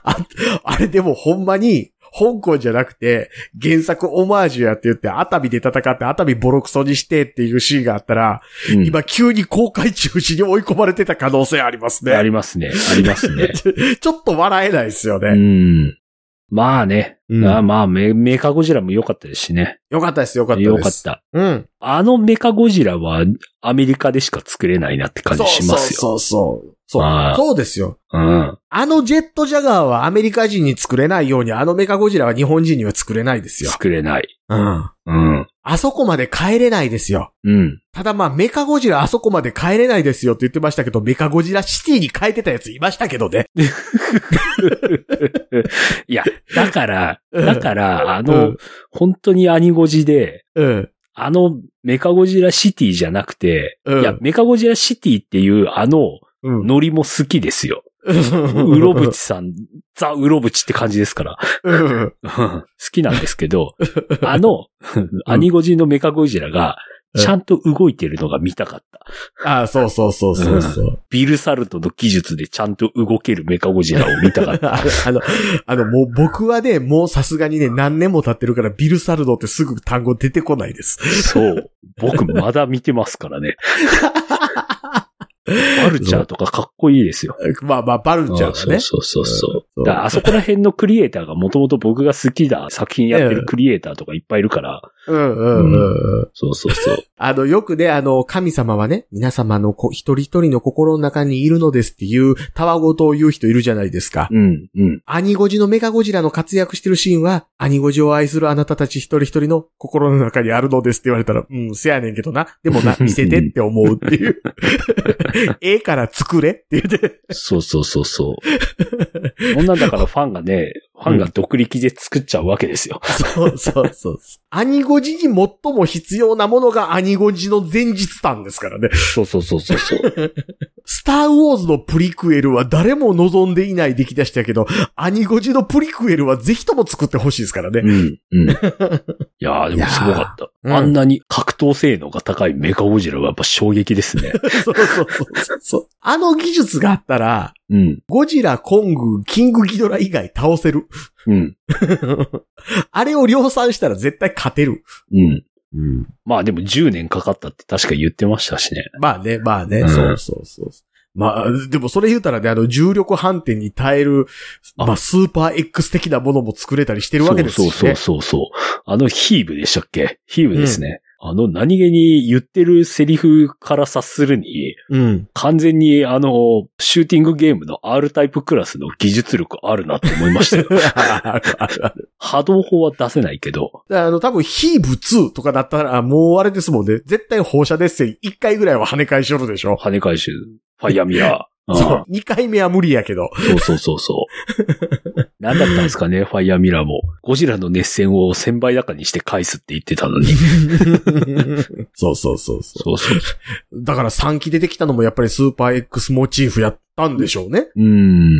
Speaker 3: あああれでもほんまに、香港じゃなくて、原作オマージュやって言って、熱海で戦って、熱海ボロクソにしてっていうシーンがあったら、
Speaker 4: うん
Speaker 3: 今急に公開中止に追い込まれてた可能性あります
Speaker 4: あ
Speaker 3: ね。
Speaker 4: りますね。ありま
Speaker 3: <laughs>
Speaker 4: すね。
Speaker 3: ちょっと笑えないですよね。
Speaker 4: うん。まあね。
Speaker 3: うん
Speaker 4: あまあメ、メカゴジラも良かったですしね。
Speaker 3: よかったです、よかったです。
Speaker 4: 良かっ。た。
Speaker 3: うん。
Speaker 4: あのメカゴジラはアメリカでしか作れないなって感じしま
Speaker 3: そうそう
Speaker 4: すよ。
Speaker 3: そうそう。そ
Speaker 4: あ
Speaker 3: う
Speaker 4: ー
Speaker 3: そうですよ。
Speaker 4: うん。
Speaker 3: あのジェットジャガーはアメリカ人に作れないように、あのメカゴジラは日本人には作れないですよ。
Speaker 4: 作れない。
Speaker 3: うん。
Speaker 4: うん。
Speaker 3: あそこまで帰れないですよ。
Speaker 4: うん。
Speaker 3: ただまあ、メカゴジラあそこまで帰れないですよって言ってましたけど、メカゴジラシティに変えてたやついましたけどね。
Speaker 4: いや、だから、
Speaker 3: <laughs> うん
Speaker 4: だから、あ
Speaker 3: う
Speaker 4: の、
Speaker 3: ん
Speaker 4: 本当にアニゴジで、
Speaker 3: うん。
Speaker 4: あのメカゴジラシティじゃなくて、
Speaker 3: うん
Speaker 4: いや、メカゴジラシティっていうあの、
Speaker 3: うん。
Speaker 4: ノリも好きですよ。
Speaker 3: う
Speaker 4: うろぶちさん、ザ・うろぶちって感じですから。
Speaker 3: <laughs> うん。
Speaker 4: 好きなんです
Speaker 3: <laughs>
Speaker 4: けど、あの、アニゴジのメカゴジラが、
Speaker 3: うん
Speaker 4: ちゃんと動いてるのが見たかった。
Speaker 3: ああ、そうそうそうそうそう。
Speaker 4: ビルサルトの技術でちゃんと動けるメカゴジラを見たかった。
Speaker 3: ああの、あの、もう僕はね、もうさすがにね、何年も経ってるから、ビルサルドってすぐ単語出てこないです。
Speaker 4: そう。僕まだ見てますから <laughs> ね。バルチャーとかかっこいいですよ。
Speaker 3: まあまあ、バルンちゃんがね。
Speaker 4: そうそうそう
Speaker 3: うん
Speaker 4: そう。だからあそこら辺のクリエイターがもともと僕が好きだ作品やってるクリエイターとかいっぱいいるから、
Speaker 3: うんうんうんうん。
Speaker 4: そうそうそう。
Speaker 3: あの、よくね、あの、神様はね、皆様のこ一人一人の心の中にいるのですっていう、たわごとを言う人いるじゃないですか。
Speaker 4: うん、うん。
Speaker 3: アニゴジのメカゴジラの活躍してるシーンは、アニゴジを愛するあなたたち一人一人の心の中にあるのですって言われたら、うん、せやねんけどな。でもな、見せてって思うっていう。ええから作れって言って。
Speaker 4: そうそうそうそう。女だからファンがね、ファンが独立で作っちゃうわけですよ。
Speaker 3: そうそうそう。アニゴジに最も必要なものがアニゴジの前日譚ですからね。
Speaker 4: そうそうそうそうそう。
Speaker 3: スターウォーズのプリクエルは誰も望んでいない出来出したけど、アニゴジのプリクエルはぜひとも作ってほしいですから
Speaker 4: <laughs>
Speaker 3: ね。
Speaker 4: うん、うん。いやーでもすごかった。
Speaker 3: いやーうん
Speaker 4: あんなに格闘性能が高いメカゴジラはやっぱ衝撃ですね。
Speaker 3: そうそうそうそう。あの技術があったら、
Speaker 4: うん、
Speaker 3: ゴジラ、コング、キングギドラ以外倒せる。 <laughs>
Speaker 4: うん、
Speaker 3: あれを量産したら絶対勝てる。
Speaker 4: うん。まあでも10年かかったって確か言ってましたしね。
Speaker 3: まあね、まあね、
Speaker 4: うん
Speaker 3: そうそうそう。まあ、でもそれ言うたらね、あの、重力反転に耐える、まあ、スーパー X 的なものも作れたりしてるわけですし
Speaker 4: そ
Speaker 3: ね。
Speaker 4: うそうそうそうそう。あのヒーブでしたっけヒーブですね。あの、何気に言ってるセリフから察するに、 <laughs>
Speaker 3: うん。。
Speaker 4: 完全にあの、シューティングゲームの R タイプクラスの技術力あるなって思いました <laughs> よ
Speaker 3: あるあるある
Speaker 4: 波動砲は出せないけど、
Speaker 3: あの、多分、非物とかだったら、もうあれですもんね。絶対放射熱線1回ぐらいは跳ね返しよるでしょ。
Speaker 4: 跳ね返し、ファイヤーミラー。 <laughs> うん
Speaker 3: そう。2回目は無理や
Speaker 4: <laughs>
Speaker 3: けど。
Speaker 4: そうそうそうそう。何だったんですかね、ファイヤーミラーも。ゴジラの熱戦を1000倍高にして返すって言ってたのに。
Speaker 3: そうそうそうそ。
Speaker 4: <laughs> そうそうそう
Speaker 3: だから3期出てきたのもやっぱりスーパー X モチーフやったんでしょうね。
Speaker 4: う。うん。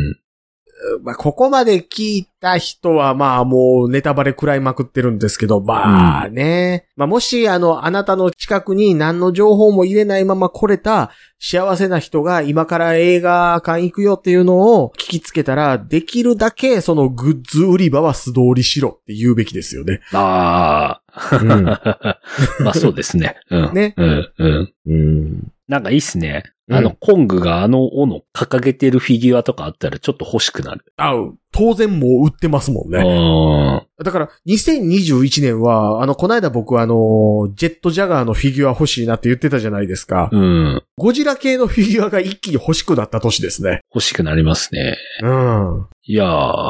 Speaker 3: まあ、ここまで聞いた人は、まあ、もう、ネタバレ食らいまくってるんですけど、まあね。まあ、もし、あの、あなたの近くに何の情報も入れないまま来れた幸せな人が今から映画館行くよっていうのを聞きつけたら、できるだけ、そのグッズ売り場は素通りしろって言うべきですよね。
Speaker 4: ああ。
Speaker 3: うん <laughs>
Speaker 4: まあそうですね。うん。
Speaker 3: ね
Speaker 4: うん。うん。
Speaker 3: うん。
Speaker 4: なんかいいっすね。あ
Speaker 3: う
Speaker 4: の、コングがあの斧掲げてるフィギュアとかあったらちょっと欲しくなる。
Speaker 3: あ当然もう売ってますもんね。
Speaker 4: ね、
Speaker 3: だから、2021年は、あの、こないだ僕あの、ジェットジャガーのフィギュア欲しいなって言ってたじゃないですか。
Speaker 4: うん。
Speaker 3: ゴジラ系のフィギュアが一気に欲しくなった年ですね。
Speaker 4: 欲しくなりますね。
Speaker 3: うん。
Speaker 4: いや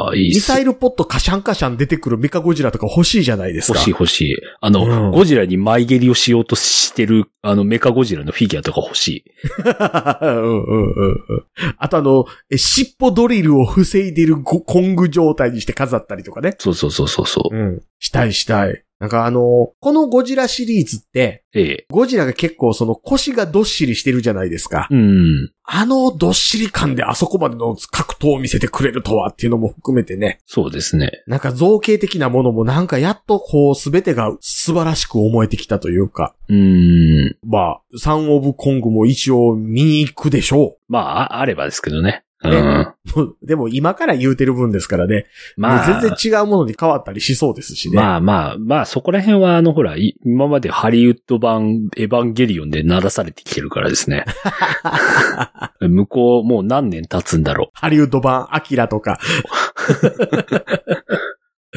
Speaker 4: ー、いい
Speaker 3: ミ
Speaker 4: っす
Speaker 3: サイルポットカシャンカシャン出てくるメカゴジラとか欲しいじゃないですか。
Speaker 4: 欲
Speaker 3: <laughs>
Speaker 4: しい欲しい。あの、
Speaker 3: うん
Speaker 4: ゴジラに前蹴りをしようとしてる、あの、メカゴジラのフィギュアとか欲しい。
Speaker 3: うんうんうんうんあとあの、え尻尾ドリルを防いでるゴコング状態にして飾ったりとかね。
Speaker 4: そうそうそうそうそう。
Speaker 3: うん。したいしたい。なんかあの、このゴジラシリーズって、
Speaker 4: ええ。
Speaker 3: ゴジラが結構その腰がどっしりしてるじゃないですか。
Speaker 4: うん。
Speaker 3: あのどっしり感であそこまでの格闘を見せてくれるとはっていうのも含めてね。
Speaker 4: そうですね。
Speaker 3: なんか造形的なものもなんかやっとこうすべてが素晴らしく思えてきたというか、
Speaker 4: うん。
Speaker 3: まあ、サンオブコングも一応見に行くでしょ
Speaker 4: まあ、ああればですけどね。うん。
Speaker 3: ねう。 <laughs> でも今から言うてる分ですからね。
Speaker 4: まあ、
Speaker 3: もう全然違うものに変わったりしそうですしね。
Speaker 4: まあまあ、まあそこら辺はあのほら、い今までハリウッド版エヴァンゲリオンで鳴らされてきてるからです
Speaker 3: <laughs>
Speaker 4: ね。向こうもう何年経つんだろ
Speaker 3: ハリウッド版アキラとか。
Speaker 4: う。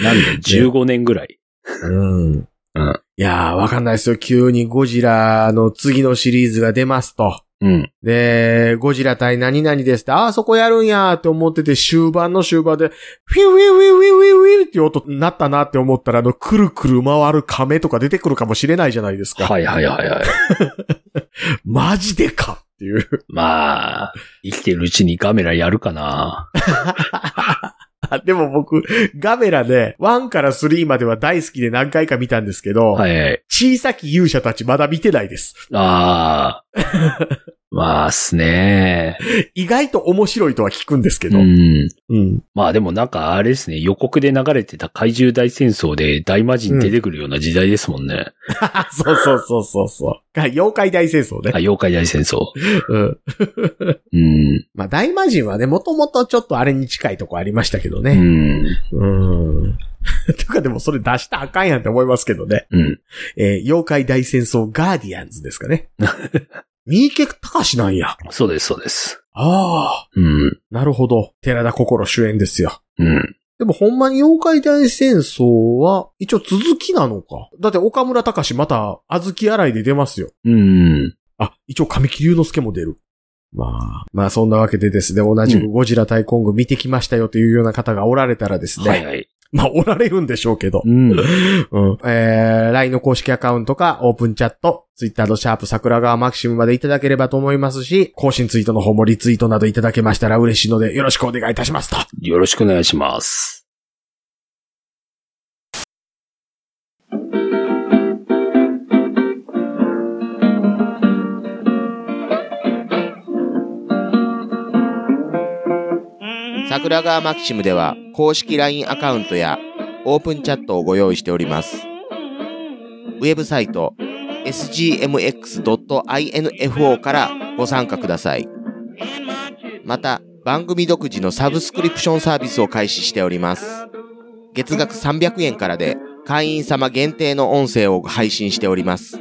Speaker 4: 何年 ?15 年ぐらい。
Speaker 3: うん。い
Speaker 4: うん
Speaker 3: やー、わかんないですよ。急にゴジラの次のシリーズが出ますと。
Speaker 4: うん。
Speaker 3: で、ゴジラ対何々ですって、ああ、そこやるんやーって思ってて、終盤の終盤で、フィウィウィウィウィウィっていう音になったなって思ったら、あの、くるくる回る亀とか出てくるかもしれないじゃないですか。
Speaker 4: はいはいはいはい。
Speaker 3: マジでかっていう。 <laughs>
Speaker 4: まあ、生きてるうちにガメラやるかな。
Speaker 3: あでも僕、ガメラで、1から3までは大好きで何回か見たんですけど、
Speaker 4: はい。
Speaker 3: 小さき勇者たちまだ見てないです。
Speaker 4: ああ。まあっすね。
Speaker 3: 意外と面白いとは聞くんですけ
Speaker 4: う
Speaker 3: ど。
Speaker 4: ん。
Speaker 3: うん。
Speaker 4: まあでもなんかあれですね、予告で流れてた怪獣大戦争で大魔人出てくるような時代ですもんね。
Speaker 3: そうそうそうそうそう。妖怪大戦争ね
Speaker 4: あ、。妖怪大戦争。
Speaker 3: うん。
Speaker 4: うん。
Speaker 3: まあ、大魔人はね、もともとちょっとあれに近いとこありましたけど
Speaker 4: う
Speaker 3: ね。
Speaker 4: ん。
Speaker 3: うん。 <laughs> とかでもそれ出したらあかんやんって思いますけどね。
Speaker 4: うん。
Speaker 3: えー妖怪大戦争ガーディアンズですかね。三池隆なんや。
Speaker 4: そうです、そうです。
Speaker 3: ああ。
Speaker 4: うん。
Speaker 3: なるほど。寺田心主演ですよ。
Speaker 4: うん。
Speaker 3: でもほんまに妖怪大戦争は一応続きなのか。だって岡村隆史また小豆洗いで出ますよ。
Speaker 4: うん。
Speaker 3: あ、一応神木隆之介も出る。まあ、まあそんなわけでですね、同じくゴジラ対コング見てきましたよというような方がおられたらですね。
Speaker 4: はいはい。
Speaker 3: <laughs> まあおられるんでしょうけど。
Speaker 4: う
Speaker 3: う
Speaker 4: ん。
Speaker 3: ん。えー、LINE の公式アカウントか、オープンチャット、Twitter のシャープ桜川マキシムまでいただければと思いますし、更新ツイートの方もリツイートなどいただけましたら嬉しいのでよろしくお願いいたしますと。
Speaker 4: よろしくお願いします。
Speaker 5: 桜川マキシムでは公式 LINE アカウントやオープンチャットをご用意しております。ウェブサイト sgmx.info からご参加ください。また番組独自のサブスクリプションサービスを開始しております。月額300円からで会員様限定の音声を配信しております。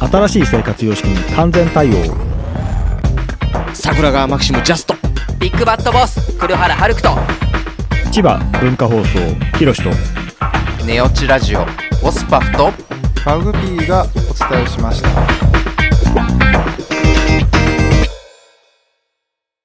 Speaker 6: 新しい生活様式に完全対応
Speaker 5: 桜川マキシムジャスト
Speaker 7: ビッグバットボス黒原遥人
Speaker 6: 千葉文化放送ひろしと
Speaker 8: ネオチラジオオスパフと
Speaker 9: マグピーがお伝えしました